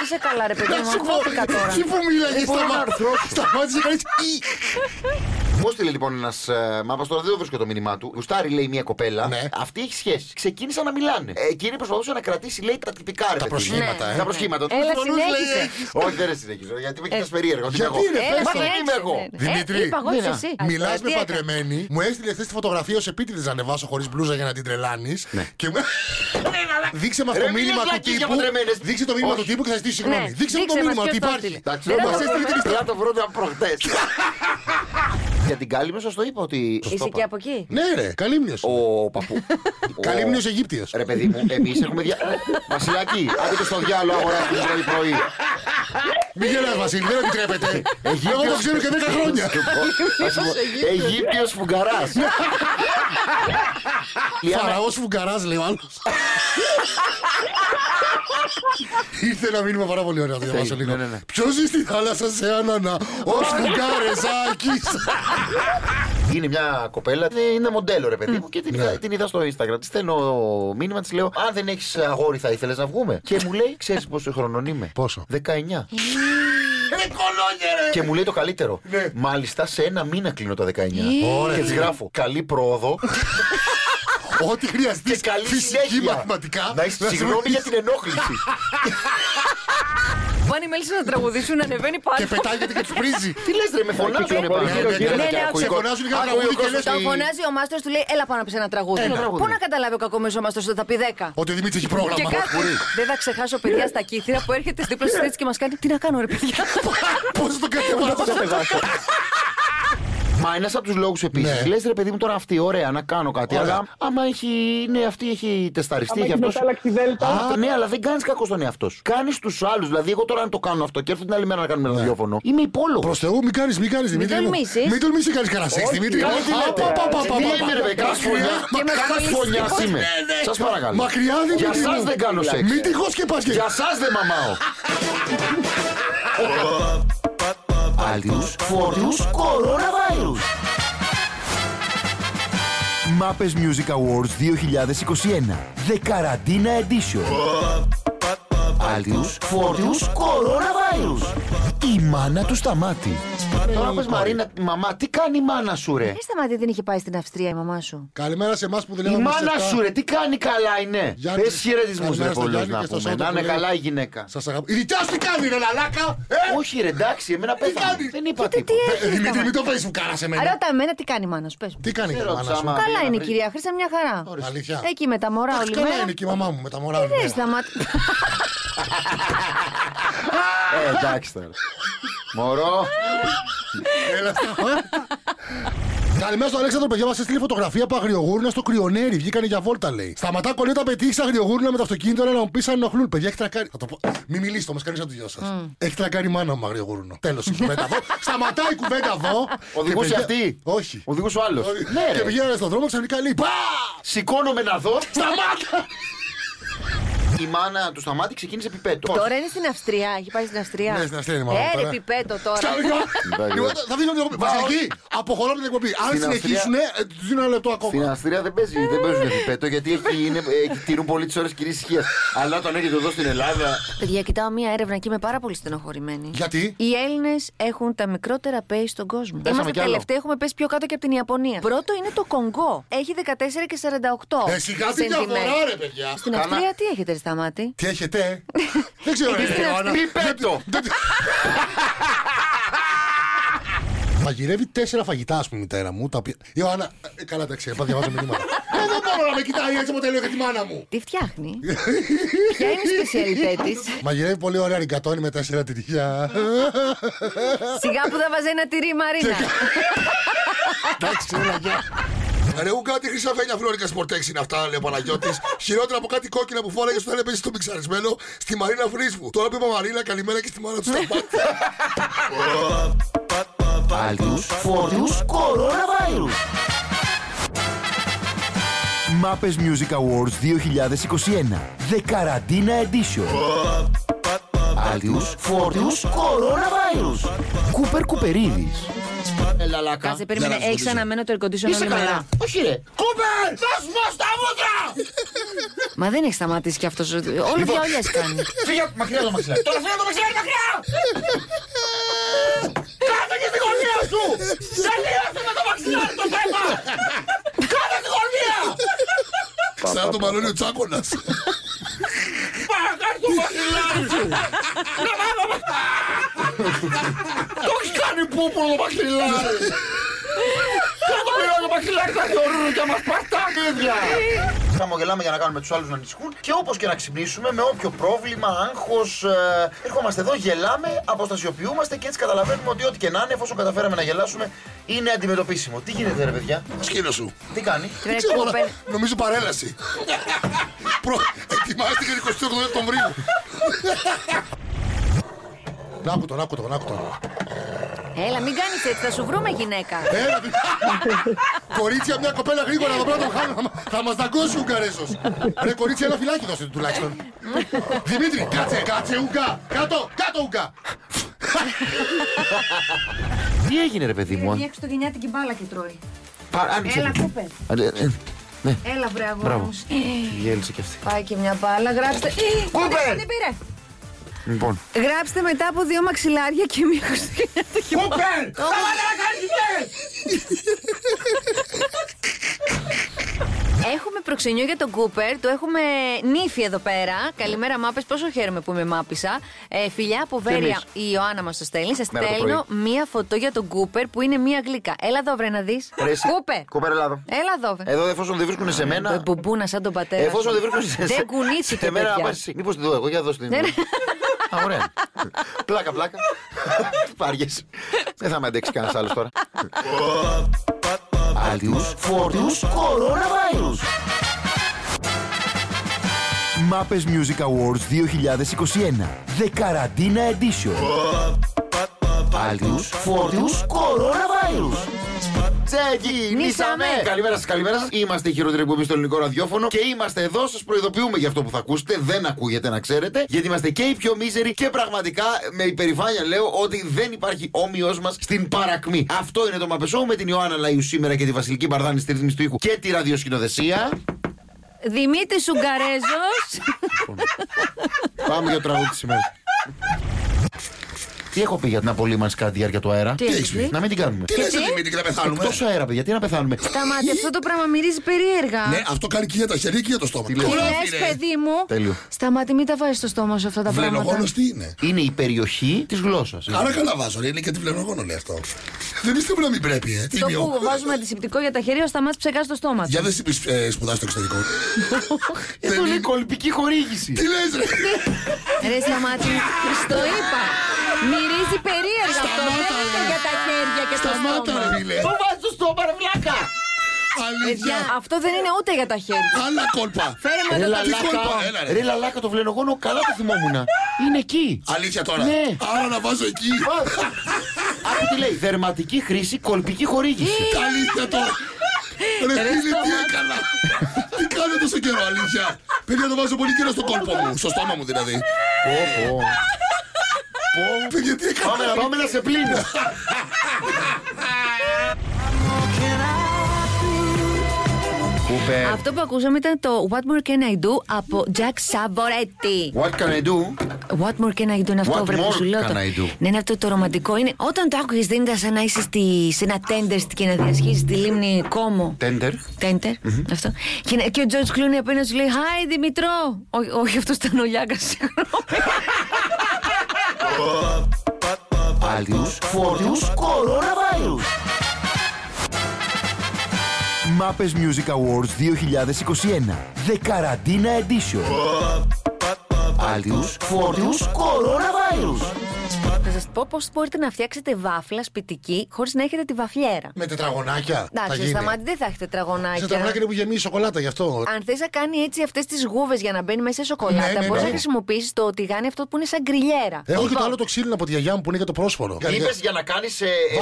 Speaker 5: Είσαι καλά ρε παιδί μου, ακούστηκα τώρα. Ε,
Speaker 8: Εσύ που μίλαγες,
Speaker 10: μπορώ να αρθρώσω.
Speaker 8: σταμάτησε κανεί.
Speaker 10: Μου στείλε λοιπόν ένας ε, μάπα, τώρα δεν το βρίσκω το μήνυμά του. Γουστάρι λέει μια κοπέλα.
Speaker 8: Ναι.
Speaker 10: Αυτή έχει σχέση. Ξεκίνησαν να μιλάνε. Ε, Εκείνη προσπαθούσε να κρατήσει λέει τα τυπικά ρε. Τα
Speaker 4: προσχήματα,
Speaker 5: Ναι, ε.
Speaker 10: Τα προσχήματα.
Speaker 5: Έλα,
Speaker 10: Τους φωνούς,
Speaker 5: συνέχισε. Ε.
Speaker 10: λέει, ε, Όχι, δεν ρε, συνέχισε. Γιατί με κοιτά περίεργο.
Speaker 8: γιατί ρε,
Speaker 5: Έλα,
Speaker 8: Πες το,
Speaker 5: συνέχισε,
Speaker 10: είμαι εγώ.
Speaker 5: ναι, ναι.
Speaker 8: Δημήτρη,
Speaker 5: Ε, είπα εγώ, είσαι
Speaker 10: μίλα.
Speaker 5: εσύ. Ε,
Speaker 8: Μιλάς με
Speaker 5: Τι έκανα.
Speaker 8: παντρεμένη, μου έστειλε χθε τη φωτογραφία ως επίτηδες να ανεβάσω χωρίς μπλούζα για να την τρελάνεις. Και μου.
Speaker 1: Ναι,
Speaker 8: ναι, Δείξε μας το
Speaker 10: Ρε,
Speaker 8: μήνυμα
Speaker 10: μιλάς
Speaker 8: του
Speaker 10: λακκείς για
Speaker 8: τύπου.
Speaker 10: παντρεμένες.
Speaker 8: Δείξε το μήνυμα
Speaker 10: Όχι.
Speaker 8: του τύπου και θα ζητήσει συγγνώμη.
Speaker 5: Ναι,
Speaker 8: Δείξε μου το
Speaker 5: δείξε μας
Speaker 8: μήνυμα
Speaker 5: ποιος
Speaker 8: ότι
Speaker 5: το
Speaker 8: υπάρχει.
Speaker 5: έστειλε.
Speaker 10: Εντάξει,
Speaker 5: Δεν
Speaker 10: δεν
Speaker 5: το
Speaker 10: μας έστειλε
Speaker 5: βρω.
Speaker 10: την ιστορία, το βρω ήταν προχτές. Για την κάλυμνα σας το είπα ότι. Σας το
Speaker 5: Είσαι
Speaker 10: είπα.
Speaker 5: και από εκεί.
Speaker 8: Ναι, ρε, καλύμνιος.
Speaker 10: Ο παππού. Ο-
Speaker 8: Καλύμνιος Αιγύπτιος.
Speaker 10: Ρε παιδί μου, εμείς έχουμε δια... Βασιλιακή, άντε και στο διάλογο αγορά την πρωί πρωί.
Speaker 8: Μην γελάς Βασίλη, δεν επιτρέπεται. Εγώ το ξέρω και 10 χρόνια.
Speaker 10: Αιγύπτιος φουγκαράς.
Speaker 8: Φαραώς φουγκαράς, λέει ο άλλος. Ήρθε ένα μήνυμα πάρα πολύ ωραίο, να το διαβάσω λίγο.
Speaker 10: ναι, ναι, ναι.
Speaker 8: Ποιος ζει στη θάλασσα σε άνανα, ως φουγκαρεζάκι.
Speaker 10: Είναι μια κοπέλα, ε, είναι μοντέλο ρε παιδί μου και την,
Speaker 8: Ναι.
Speaker 10: είδα, την είδα στο Instagram. Της στέλνω μήνυμα, της λέω: Αν δεν έχεις αγόρι, θα ήθελες να βγούμε. Και μου λέει: Ξέρεις πόσο χρονών είμαι.
Speaker 8: Πόσο?
Speaker 10: 19. Ρε κολόγια, Και μου λέει το καλύτερο.
Speaker 8: Ναι.
Speaker 10: Μάλιστα σε ένα μήνα κλείνω τα 19. Και της γράφω: Καλή πρόοδο.
Speaker 8: Ό,τι χρειαστεί.
Speaker 10: και καλής
Speaker 8: Φυσική,
Speaker 10: συνέχεια.
Speaker 8: μαθηματικά.
Speaker 10: Να είσαι συγγνώμη για την ενόχληση.
Speaker 5: Πάνε οι μέλισσε να τραγουδήσουν, ανεβαίνει
Speaker 8: Και
Speaker 5: πάνω.
Speaker 8: πετάγεται και τους πρίζει.
Speaker 10: Τι λες ρε, με φωνάζουνε πάνω.
Speaker 8: Ναι, ναι,
Speaker 10: Γύρω-γύρω
Speaker 5: ναι,
Speaker 10: και
Speaker 5: ναι,
Speaker 10: ακούει
Speaker 5: σε
Speaker 10: η κοπέλα.
Speaker 8: φωνάζουν για να
Speaker 10: Ακούει ο
Speaker 8: τραγουδεί και
Speaker 10: κόσμος
Speaker 8: λες,
Speaker 5: Το
Speaker 10: ότι-
Speaker 5: φωνάζει ο μάστρο, του λέει: Έλα πάνω να πει ένα τραγούδι.
Speaker 10: Ένα τραγούδι.
Speaker 5: Πού να καταλάβει ο κακομοίρης ο μάστρο ότι θα πει 10.
Speaker 8: Ότι ο Δημήτρης έχει
Speaker 5: Και
Speaker 8: πρόγραμμα.
Speaker 5: κάτι. Δεν θα ξεχάσω παιδιά στα κύθρα που έρχεται στην στη θέση και μας κάνει τι να κάνω, ρε παιδιά.
Speaker 8: Πώς το
Speaker 10: Θα
Speaker 8: κατεβάζω.
Speaker 10: πετάξω. Μα ένας από τους λόγους επίσης.
Speaker 8: Ναι.
Speaker 10: Λες ρε παιδί μου τώρα αυτή, ωραία να κάνω κάτι.
Speaker 8: Ωραία.
Speaker 10: Αλλά άμα έχει. Ναι, αυτή έχει τεσταριστεί
Speaker 6: Άμα
Speaker 10: για
Speaker 6: έχει
Speaker 10: αυτός.
Speaker 6: μετάλλαξη δέλτα.
Speaker 10: Ναι, αλλά δεν κάνεις κακό στον εαυτό σου. Κάνεις τους άλλους. Δηλαδή, εγώ τώρα αν το κάνω αυτό και έρθω την άλλη μέρα να κάνουμε ένα ραδιόφωνο. Είμαι υπόλογος.
Speaker 8: Προς Θεού, μην κάνεις, μην κάνεις Δημήτρη. μου.
Speaker 5: τολμήσεις.
Speaker 8: Μην τολμήσεις κανεί κανένα σεξ, Δημήτρη.
Speaker 10: Όχι, τι λέτε. Τι είμαι, ρε, κάνας φωνιά. Κάνας φωνιά είμαι. Σα παρακαλώ.
Speaker 8: Μακριά,
Speaker 10: Για
Speaker 8: Δημήτρη.
Speaker 10: σας
Speaker 8: μου.
Speaker 10: δεν κάνω σεξ.
Speaker 8: Μην τυχώ και πα και.
Speaker 10: Για σας δεν μαμάω.
Speaker 3: Άλλους φόρτους κοροναβάιρους. Μάπες Music Awards 2021. Δεκαραντίνα Edition. Άλτιους Φόρτιους Κοροναβάιρους Η μάνα του σταμάτη
Speaker 10: Τώρα πες Μαρίνα, μαμά, τι κάνει η μάνα σου ρε.
Speaker 5: Ε, σταμάτη δεν είχε πάει στην Αυστρία η μαμά σου.
Speaker 8: Καλημέρα σε εμάς που
Speaker 10: Η
Speaker 8: δουλεύουμε.
Speaker 10: μάνα
Speaker 8: στις 7.
Speaker 10: σου ρε, τι κάνει καλά είναι.
Speaker 8: Γιάννης,
Speaker 10: Πες χαιρετισμούς ρε
Speaker 8: καλημέρα στο
Speaker 10: πολλούς
Speaker 8: Γιάννη
Speaker 10: να
Speaker 8: και στο
Speaker 10: πούμε.
Speaker 8: Σάντο
Speaker 10: Να είναι
Speaker 8: που λέει.
Speaker 10: καλά η γυναίκα.
Speaker 8: Σας αγαπώ. Η δικιά σου τι κάνει, ρε Λαλάκα! Ε!
Speaker 10: Όχι ρε, εντάξει, εμένα πέθανε.
Speaker 8: κάνει?
Speaker 10: Δεν είπα
Speaker 8: Ε,
Speaker 5: Τι
Speaker 10: τίποτα.
Speaker 5: έχει.
Speaker 8: Δημήτρη,
Speaker 5: σταμάτη.
Speaker 8: μην το facebook κάνα σε μένα.
Speaker 5: Ρώτα εμένα τι κάνει η μάνα σου, πες μου.
Speaker 8: Τι κάνει η
Speaker 10: Δεν
Speaker 8: μάνα
Speaker 10: ρώτησα,
Speaker 8: σου.
Speaker 10: μα.
Speaker 5: Καλά
Speaker 10: Μαρίνα,
Speaker 5: είναι η
Speaker 10: πριν.
Speaker 5: κυρία Χρύσα, μια χαρά.
Speaker 8: Αλήθεια.
Speaker 5: Εκεί με τα μωρά
Speaker 8: Εντάξει,
Speaker 5: όλη
Speaker 8: καλά
Speaker 5: μέρα.
Speaker 8: είναι και η μαμά μου με τα μωρά όλη
Speaker 5: Ε,
Speaker 8: μέρα.
Speaker 5: σταμάτη.
Speaker 10: Ε, εντάξει τώρα. Μωρό.
Speaker 8: Έλα, σταμάτα. Καλημέρα στο Αλέξανδρο, παιδιά μας έστειλε φωτογραφία από αγριογούρνα στο κρυονέρι. Βγήκανε για βόλτα, λέει. Σταματά κολλήτα πετύχεις αγριογούρνα με το αυτοκίνητο να μου πεις αν ενοχλούν. Παιδιά, έχει τρακάρει. Θα το πω. Μην μιλήσετε όμω, κανεί από τη δυο σα. Έχει τρακάρει η μάνα μου αγριογούρνο. Τέλος η κουβέντα εδώ. Σταματάει η κουβέντα εδώ.
Speaker 10: Οδηγούσε
Speaker 8: Και παιδιά-
Speaker 10: αυτή.
Speaker 8: Όχι.
Speaker 10: Οδηγούσε ο άλλος. Ναι,
Speaker 8: Και
Speaker 10: ρε.
Speaker 8: πηγαίνανε στον δρόμο ξαφνικά λέει. Πα!
Speaker 10: Σηκώνομαι να δω.
Speaker 8: Σταμάτα!
Speaker 10: Η μάνα του σταμάτη ξεκίνησε πιπέτο.
Speaker 5: Τώρα είναι στην Αυστρία, έχει πάει στην Αυστρία.
Speaker 8: Λοιπόν. Ναι, στην Αυστρία είναι η μάνα μου
Speaker 5: Ε,
Speaker 8: τώρα.
Speaker 5: ρε, πιπέτο τώρα.
Speaker 8: Ξαφνικά. Λοιπόν, Θα βγει από την εκπομπή. Βασιλική, αποχωρώ από την εκπομπή. Αν
Speaker 10: Στην
Speaker 8: συνεχίσουνε, ε, τους δίνω ένα λεπτό
Speaker 10: Στην
Speaker 8: ακόμα.
Speaker 10: Αυστρία δεν, παίζει, δεν παίζουν πιπέτο γιατί εκεί, είναι, εκεί τηρούν πολύ τις ώρες κυρίε ησυχία. Αλλά όταν έρχεται εδώ στην Ελλάδα.
Speaker 5: Παιδιά, κοιτάω μία έρευνα και είμαι πάρα πολύ στενοχωρημένη.
Speaker 8: Γιατί?
Speaker 5: Οι Έλληνες έχουν τα μικρότερα πέη στον κόσμο.
Speaker 10: Πέσαμε κι
Speaker 5: Είμαστε
Speaker 10: άλλο.
Speaker 5: τελευταίοι, έχουμε πέσει πιο κάτω και από την Ιαπωνία. Πρώτο είναι το Κονγκό. Έχει 14 και 48.
Speaker 8: Ε, σιγά τι
Speaker 5: centimeter.
Speaker 8: διαφορά, ρε παιδιά.
Speaker 5: Στην
Speaker 10: Καλά.
Speaker 5: Αυστρία τι έχετε ρε σταμάτη.
Speaker 8: Τι έχετε, ε? Δεν ξέρω, ρε.
Speaker 5: στην
Speaker 8: Ιωάννα.
Speaker 10: Πιπέτο!
Speaker 8: Δεν- δεν- Μαγειρεύει τέσσερα φαγητά, ας πούμε, η μητέρα μου. Τα οποία... Ιωάννα, ε, καλά, εντάξει, είπα διαβάζω μηνύματα. Ε, δεν μπορώ να με κοιτάει έτσι από τελείω και τη μάνα μου.
Speaker 5: Τι φτιάχνει. Ποια είναι η σπεσιαλιτέ της.
Speaker 8: Μαγειρεύει πολύ ωραία ριγκατόνι με τέσσερα τυριά.
Speaker 5: Σιγά που θα βάζει ένα τυρί η Μαρίνα.
Speaker 8: Εντάξει, έλα, γεια.
Speaker 4: Ρε ούγκα, τι χρυσά φαίνια φλόρικα σπορτέξ είναι αυτά, λέει ο Παναγιώτης. Χειρότερα από κάτι κόκκινα που φόραγες όταν έπαιζες στο μιξαρισμένο στη Μαρίνα Φρίσβου. Τώρα που είπα Μαρίνα, καλημέρα και στη μάνα του Σταμπάτη.
Speaker 3: Άλτιους Φόρτιους Κοροναβάιρους Μάπες Music Awards 2021 Δεκαραντίνα Edition Άλτιους Φόρτιους Κοροναβάιρους Κούπερ Κουπερίδης
Speaker 10: Ελαλακά.
Speaker 5: Κάτσε, περίμενε.
Speaker 4: να σου
Speaker 5: Έχει
Speaker 4: μιλήσω.
Speaker 5: αναμένο το air condition
Speaker 10: Είσαι
Speaker 5: όλη μέρα.
Speaker 10: καλά. Όχι ρε.
Speaker 4: Κούπερ, θα σου πω στα μούτρα!
Speaker 5: Μα δεν έχει σταματήσει κι αυτός.
Speaker 10: Λοιπόν.
Speaker 5: Όλο διαόλια κάνει.
Speaker 10: Φύγε από- μακριά το μαξιλάρι.
Speaker 4: Τώρα φύγα το μαξιλάρι μακριά! Κάτω και στην γωνία σου! Τελείωσε με το μαξιλάρι το θέμα! Κάτω στην γωνία! Σαν το μαλώνει ο Τσάκωνας. Παρακάτω το μαξιλάρι! Να μάθω με- Το έχεις κάνει πούπουλο το μαξιλάρι! Θα το πειράζει το μαξιλάρι, θα θεωρούν και μας παρτάνε ίδια!
Speaker 10: Χαμογελάμε για να κάνουμε τους άλλους να ανησυχούν και όπως και να ξυπνήσουμε, με όποιο πρόβλημα, άγχος. Ε, έρχομαστε εδώ, γελάμε, αποστασιοποιούμαστε και έτσι καταλαβαίνουμε ότι ό,τι και να είναι, εφόσον καταφέραμε να γελάσουμε, είναι αντιμετωπίσιμο. Τι γίνεται, ρε παιδιά,
Speaker 4: Σκύλο σου.
Speaker 10: τι κάνει.
Speaker 5: Ρε,
Speaker 4: Ξέρω,
Speaker 5: κούπερ.
Speaker 4: Νομίζω παρέλαση. Προ... Ετοιμάζεται για την 28 Οκτωβρίου.
Speaker 8: Να άκου τον, άκου τον, άκου τον.
Speaker 5: Έλα, μην κάνεις έτσι, θα σου βρούμε γυναίκα.
Speaker 8: Έλα, παιδιά. Κορίτσια, μια κοπέλα γρήγορα εδώ πέρα να τον χάνω. Θα μα δαγκώσει ο Ουγγαρέσο. Ρε, κορίτσια, ένα φυλάκι δώστε του τουλάχιστον. Δημήτρη, κάτσε, κάτσε, Ουγγα. Κάτω, κάτω, Ουγγα.
Speaker 10: Τι έγινε, ρε παιδί μου,
Speaker 5: Μια χριστουγεννιάτικη μπάλα και τρώει. Έλα,
Speaker 10: Άνοιξε.
Speaker 5: κούπερ. Έλα, βρε αγόρι μου.
Speaker 10: Γέλησε ε, κι αυτή.
Speaker 5: Πάει και μια μπάλα, γράψτε. Ε,
Speaker 10: Κούπερ!
Speaker 5: Δεν πήρε.
Speaker 10: Λοιπόν,
Speaker 5: Γράψτε μετά από δύο μαξιλάρια και μία χριστουγεννιάτικη μπάλα.
Speaker 4: Κούπερ! Σταμάτα να κάνεις χιλιές!
Speaker 5: Έχουμε προξενιό για τον Κούπερ, του έχουμε νύφη εδώ πέρα. Καλημέρα, μάπες. Πόσο χαίρομαι που είμαι μάπησα. Ε, φιλιά από Βέρεια, η Ιωάννα μας το στέλνει. Σα
Speaker 10: Μέρα το
Speaker 5: στέλνω μία φωτό για τον Κούπερ που είναι μία γλυκά. Έλα εδώ, βρε να δεις.
Speaker 10: ρε, εσύ.
Speaker 5: Κούπερ.
Speaker 10: Κούπερ, Ελλάδο.
Speaker 5: Έλα εδώ, βρε.
Speaker 10: Εδώ, εφόσον δεν βρίσκουν σε
Speaker 5: Ε,
Speaker 10: μένα.
Speaker 5: Μπουμπούνα σαν τον πατέρα.
Speaker 10: Εφόσον
Speaker 5: σου.
Speaker 10: δεν βρίσκουν σε
Speaker 5: Δεν κουνήθηκε.
Speaker 10: σε μένα.
Speaker 5: παιδιά.
Speaker 10: Μήπως τη δω εγώ, για δώσω την.
Speaker 5: Ναι, ναι.
Speaker 10: Α, ωραία. πλάκα, πλάκα. Πάριες. Δεν θα με αντέξει κανένας άλλος τώρα.
Speaker 3: Άλτιους Φόρτιους Κοροναβάιρους Μάπες Music Awards 2021 Δεκαραντίνα Edition Άλτιους Φόρτιους Κοροναβάιρους
Speaker 10: Ξεκινήσαμε! Καλημέρα σας, καλημέρα σας. Είμαστε η χειρότερη εκπομπή στο ελληνικό ραδιόφωνο και είμαστε εδώ. Σας προειδοποιούμε για αυτό που θα ακούσετε. Δεν ακούγεται, να ξέρετε. Γιατί είμαστε και οι πιο μίζεροι και πραγματικά με υπερηφάνεια λέω ότι δεν υπάρχει όμοιός μας στην παρακμή. Αυτό είναι το Μαπεσό με την Ιωάννα Λαϊού σήμερα και τη Βασιλική Μπαρδάνη στη ρύθμιση του ήχου και τη ραδιοσκηνοθεσία.
Speaker 5: Δημήτρης Ουγγαρέζος.
Speaker 10: Πάμε για το τραγούδι τη ημέρα. Τι έχω πει για την απολύμανση κατά τη διάρκεια του αέρα.
Speaker 5: Τι έχεις πει?
Speaker 10: Να μην την κάνουμε.
Speaker 5: Τι Και λες, τι?
Speaker 4: Δημήτρη, να πεθάνουμε.
Speaker 10: Εκτός αέρα, παιδιά, τι να πεθάνουμε.
Speaker 5: Σταμάτη, αυτό το πράγμα μυρίζει περίεργα.
Speaker 4: Ναι, αυτό κάνει και για τα χέρια και για το στόμα.
Speaker 5: Τι λες, παιδί μου.
Speaker 10: Τέλειο.
Speaker 5: Σταμάτη, μην τα βάζεις στο στόμα σου αυτά τα πράγματα.
Speaker 4: Βλενογόνος τι είναι.
Speaker 10: Είναι η περιοχή της γλώσσας.
Speaker 4: Άρα καλά βάζω, ρε, είναι και τη βλενογόνο λέει αυτό. Δεν πιστεύω να μην πρέπει, ε.
Speaker 5: Το
Speaker 4: Τίμιο.
Speaker 5: που βάζουμε αντισηπτικό για τα χέρια, ο Σταμάτης ψεκάζει το στόμα του.
Speaker 4: Για δεν συμπεις- ε, σπουδάσει το εξωτερικό.
Speaker 10: Ήταν η κολπική χορήγηση.
Speaker 4: Τι λες, ρε.
Speaker 5: Ναι. Ρε Σταμάτη, στο είπα. Μυρίζει περίεργα αυτό. Δεν είναι για τα χέρια και το
Speaker 4: Σταμάτα,
Speaker 5: στόμα.
Speaker 4: ρε, φίλε.
Speaker 10: Το βάζει στο στόμα, ρε βλάκα.
Speaker 4: Αλήθεια.
Speaker 5: Παιδιά, αυτό δεν είναι ούτε για τα χέρια.
Speaker 4: Άλλα κόλπα.
Speaker 5: Φέρε μου
Speaker 10: Ρε
Speaker 5: εδώ τα
Speaker 4: κόλπα, έλα, ρε.
Speaker 10: λαλάκα. Ε, Ρε λαλάκα το βλενογόνο, καλά το θυμόμουν. Είναι εκεί.
Speaker 4: Αλήθεια τώρα.
Speaker 10: Ναι.
Speaker 4: Άρα να βάζω εκεί.
Speaker 10: Άκου τι λέει. Δερματική χρήση, κολπική χορήγηση.
Speaker 4: Αλήθεια τώρα. Ρε φίλε, τι έκανα. Τι κάνω τόσο καιρό, αλήθεια. Παιδιά, το βάζω πολύ καιρό στο κόλπο μου. Στο στόμα μου δηλαδή.
Speaker 10: Πω, πω.
Speaker 4: Παιδιά, τι έκανα.
Speaker 10: Πάμε να πάμε να σε πλύνω.
Speaker 4: Ε.
Speaker 10: Κούπερ.
Speaker 5: Αυτό που ακούσαμε ήταν το What More Can I Do από Jack Saboretti.
Speaker 10: What can I do?
Speaker 5: What more can I do είναι αυτό,
Speaker 10: What
Speaker 5: βρε
Speaker 10: more
Speaker 5: που σου λέω.
Speaker 10: can
Speaker 5: το-
Speaker 10: I do?
Speaker 5: Ναι, είναι αυτό το ρομαντικό. Είναι όταν το άκουγες, δεν ήταν σαν να είσαι στη, σε ένα τέντερ στη- και να διασχίζεις τη λίμνη Κόμο.
Speaker 10: Tender.
Speaker 5: Τέντερ, αυτό. Και, να- και ο Τζορτζ Κλούνι απέναντι σου λέει Χάι Δημητρό. Όχι, όχι αυτός ήταν ο Λιάγκας, συγγνώμη.
Speaker 10: Άλλιους φόρτιους κοροναβάιρους.
Speaker 3: Μάπες Music Awards 2021. The Καραντίνα Edition.
Speaker 10: Άλλιους φόρτιους κοροναβάιρους.
Speaker 5: Θα σας πω πώς μπορείτε να φτιάξετε βάφλα σπιτική χωρίς να έχετε τη βαφλιέρα.
Speaker 8: Με τετραγωνάκια. θα
Speaker 5: Εντάξει,
Speaker 8: γίνει.
Speaker 5: σταμάτη, δεν θα έχετε
Speaker 8: Σε
Speaker 5: τετραγωνάκια.
Speaker 8: τετραγωνάκια είναι που γεμίζει η σοκολάτα, γι' αυτό.
Speaker 5: Αν θες να κάνει έτσι αυτές τις γούβες για να μπαίνει μέσα σε σοκολάτα,
Speaker 8: Ναι, ναι,
Speaker 5: μπορείς
Speaker 8: ναι. Ε,
Speaker 5: να χρησιμοποιήσεις το τηγάνι αυτό που είναι σαν γκριλιέρα.
Speaker 8: Έχω και το άλλο το ξύλινο από τη γιαγιά μου που είναι για το πρόσφορο.
Speaker 10: Είπες για να κάνεις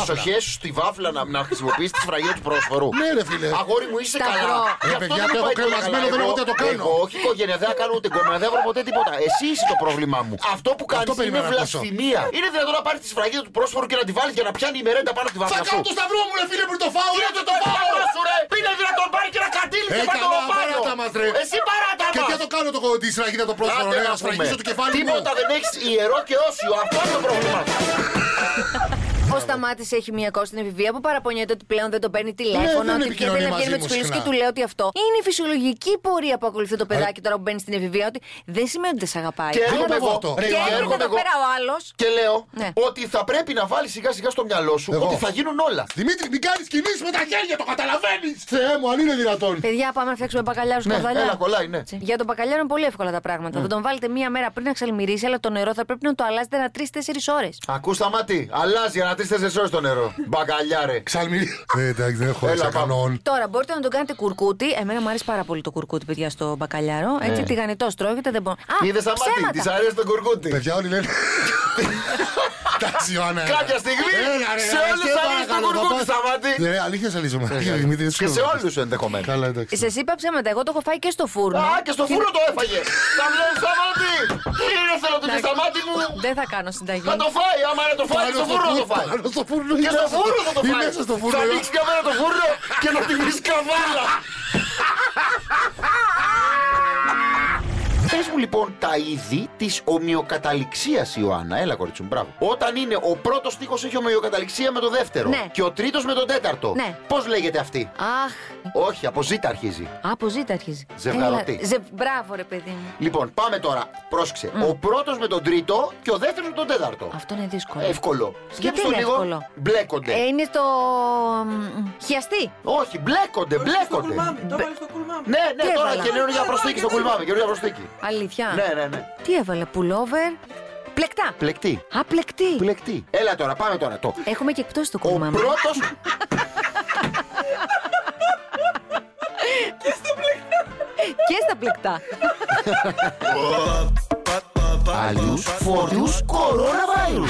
Speaker 10: εσοχέ στη βάφλα να, να χρησιμοποιήσεις τη σφραγίδα του πρόσφορου.
Speaker 8: Ναι, ρε φίλε.
Speaker 10: Αγόρι μου είσαι
Speaker 5: Σταυρό.
Speaker 10: καλά.
Speaker 5: Ε,
Speaker 10: Γι' αυτό
Speaker 8: παιδιά,
Speaker 10: δεν μου
Speaker 8: το έχω
Speaker 10: πάει πολύ
Speaker 8: κρεμασμένο,
Speaker 10: καλά.
Speaker 8: δεν έχω
Speaker 10: Εγώ-
Speaker 8: ούτε να το κάνω.
Speaker 10: Εγώ, όχι οικογένεια, δεν θα κάνω ούτε κόμμα, δεν βρω ποτέ τίποτα. Εσύ είσαι το πρόβλημά μου. Αυτό που κάνεις είναι
Speaker 8: περίμενα να ακούσω.
Speaker 10: βλασφημία. Είναι δυνατόν να πάρει τη σφραγίδα του πρόσφορου και να τη βάλεις για να πιάνει η μερέντα πάνω στη βάφλα
Speaker 8: Θα
Speaker 10: σου.
Speaker 8: κάνω το σταυρό μου, ρε φίλε, πριν το φάω.
Speaker 10: Είναι
Speaker 8: ρε,
Speaker 10: το
Speaker 8: πριν
Speaker 10: το πάνω σου, ρε! Είναι δυνατόν πάρει και να κατήλει
Speaker 8: Ε,
Speaker 10: και να το
Speaker 8: καλά,
Speaker 10: πάνω.
Speaker 8: παράτα μας, ρε.
Speaker 10: Εσύ παράτα
Speaker 8: Και
Speaker 10: μας.
Speaker 8: τι θα το κάνω το, τη σφραγίδα το πρόσφορο,
Speaker 10: Άντε
Speaker 8: ρε,
Speaker 10: να
Speaker 8: να σφραγίσω
Speaker 10: πούμε.
Speaker 8: το κεφάλι μου.
Speaker 10: Τίποτα δεν έχεις ιερό και όσιο. Αυτό είναι το πρόβλημά σου.
Speaker 5: Ο Σταμάτη έχει μία κόση στην εφηβεία που παραπονιέται ότι πλέον δεν το παίρνει τηλέφωνο,
Speaker 8: Ναι, δεν
Speaker 5: ότι
Speaker 8: επικοινωνεί
Speaker 5: δεν
Speaker 8: μαζί
Speaker 5: βγαίνει με του
Speaker 8: μου
Speaker 5: φίλους και
Speaker 8: συχνά.
Speaker 5: του λέω ότι αυτό είναι η φυσιολογική πορεία που ακολουθεί το παιδάκι τώρα που μπαίνει στην εφηβεία, ότι δεν σημαίνει ότι δεν σε αγαπάει.
Speaker 10: Και
Speaker 5: Άμα
Speaker 10: έρχομαι
Speaker 5: το-
Speaker 10: εγώ.
Speaker 5: Και
Speaker 10: Ρε,
Speaker 5: έρχεται
Speaker 10: έρχομαι
Speaker 5: εδώ
Speaker 10: εγώ.
Speaker 5: πέρα ο άλλος.
Speaker 10: Και λέω
Speaker 5: Ναι.
Speaker 10: ότι θα πρέπει να βάλεις σιγά σιγά στο μυαλό σου
Speaker 8: Εγώ.
Speaker 10: ότι θα γίνουν όλα.
Speaker 8: Δημήτρη, μην κάνεις κινήσεις με τα χέρια, το καταλαβαίνεις! Θεέ μου, αν είναι δυνατόν.
Speaker 5: Παιδιά, πάμε να φτιάξουμε μπακαλιάρο
Speaker 10: Ναι,
Speaker 5: σκορδαλιά.
Speaker 10: έλα, κολλάει, ναι.
Speaker 5: Έτσι. Για τον μπακαλιάρο είναι πολύ εύκολα τα πράγματα. Θα τον βάλετε μία μέρα πριν να ξαλμυρίσει, αλλά το νερό θα πρέπει να το αλλάζετε ανά 3-4 ώρε.
Speaker 10: Ακούσα μάτι, αλλάζει ανά τρει τέσσερι ώρε το νερό. Μπαγκαλιάρε.
Speaker 8: Ξαλμυρί. Ε, εντάξει, δεν έχω
Speaker 10: Έλα,
Speaker 8: σαν
Speaker 10: πάμε.
Speaker 8: κανόν.
Speaker 5: Τώρα μπορείτε να τον κάνετε κουρκούτι. Εμένα μου αρέσει πάρα πολύ το κουρκούτι, παιδιά, στο μπακαλιάρο. Έτσι,
Speaker 10: Ναι.
Speaker 5: τηγανιτό τρώγεται, δεν μπορώ. Α,
Speaker 10: Είδες
Speaker 5: ψέματα.
Speaker 10: μάτι, της αρέσει τον κουρκούτι.
Speaker 8: Παιδιά, όλοι λένε. Εντάξει, Ιωάννα. έλα.
Speaker 10: Κάποια στιγμή
Speaker 8: Έλα, ρε,
Speaker 10: σε
Speaker 8: έλα,
Speaker 10: όλους
Speaker 8: σε
Speaker 10: αρέσει τον
Speaker 8: παρακαλώ,
Speaker 10: κουρκούτι,
Speaker 8: θα
Speaker 10: σταμάτη.
Speaker 8: Ναι, αλήθεια σε λύσουμε. Αλήθεια, Δημήτρη, δεν
Speaker 10: Ε, Και σε
Speaker 8: ξέρω.
Speaker 10: όλους ενδεχομένως.
Speaker 8: Καλά, εντάξει.
Speaker 5: Σα είπα ψέματα. Εγώ το έχω φάει και στο φούρνο.
Speaker 10: Α, και στο φούρνο το έφαγες. Τα βλέπεις, σταμάτη. Είναι θέλω του και σταμάτη μου.
Speaker 5: Δεν θα κάνω συνταγή.
Speaker 10: Θα το φάει, άμα είναι το φάει,
Speaker 8: Πάνω
Speaker 10: στο φούρνο το φάει.
Speaker 8: πάνω στο φούρνο.
Speaker 10: Και
Speaker 8: ή
Speaker 10: στο
Speaker 8: μέσα
Speaker 10: φούρνο ε. θα το
Speaker 8: ή
Speaker 10: φάει.
Speaker 8: μέσα στο
Speaker 10: Θα
Speaker 8: φούρνο. ε.
Speaker 10: ανοίξεις μια μέρα το φούρνο και να τη βρεις καβάλα. Πες μου λοιπόν τα είδη της ομοιοκαταληξίας, Ιωάννα. Έλα, κορίτσι μου, μπράβο. Όταν είναι ο πρώτος στίχος έχει ομοιοκαταληξία με το δεύτερο.
Speaker 5: Ναι.
Speaker 10: Και ο τρίτος με τον τέταρτο.
Speaker 5: Ναι.
Speaker 10: Πώς λέγεται αυτή.
Speaker 5: Αχ.
Speaker 10: Όχι, από ζήτα αρχίζει.
Speaker 5: Από ζήτα αρχίζει.
Speaker 10: Ζευγαρωτή.
Speaker 5: Έλα, Ζε... Μπράβο, ρε παιδί μου.
Speaker 10: Λοιπόν, πάμε τώρα. Πρόσεξε. Ο πρώτος με τον τρίτο και ο δεύτερος με τον τέταρτο.
Speaker 5: Αυτό είναι δύσκολο.
Speaker 10: Εύκολο. ναι. Σκέψου το
Speaker 5: είναι
Speaker 10: λίγο.
Speaker 5: εύκολο?
Speaker 10: Μπλέκονται.
Speaker 5: Ε, είναι το. μ, Χιαστή.
Speaker 10: Όχι, μπλέκονται, μπλέκονται. Ναι, ναι,
Speaker 5: Τι
Speaker 10: τώρα
Speaker 5: έβαλα?
Speaker 10: καινούργια προσθήκη στο κουλμάμι. Καινούργια προσθήκη.
Speaker 5: Αλήθεια.
Speaker 10: Ναι, ναι, ναι.
Speaker 5: Τι έβαλε, πουλόβερ. Πλεκτά.
Speaker 10: Πλεκτή.
Speaker 5: Α, πλεκτή.
Speaker 10: Πλεκτή. Έλα τώρα, πάμε τώρα. Το.
Speaker 5: Έχουμε και εκτός το
Speaker 10: Ο
Speaker 5: κομμάτι.
Speaker 10: πρώτος.
Speaker 5: Και στα πλεκτά.
Speaker 10: Άλλιου φορτιού κοροναβάιρου.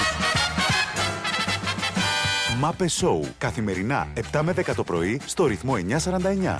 Speaker 2: Μάπε Σόου. Καθημερινά 7 με 10 το πρωί στο ρυθμό 949.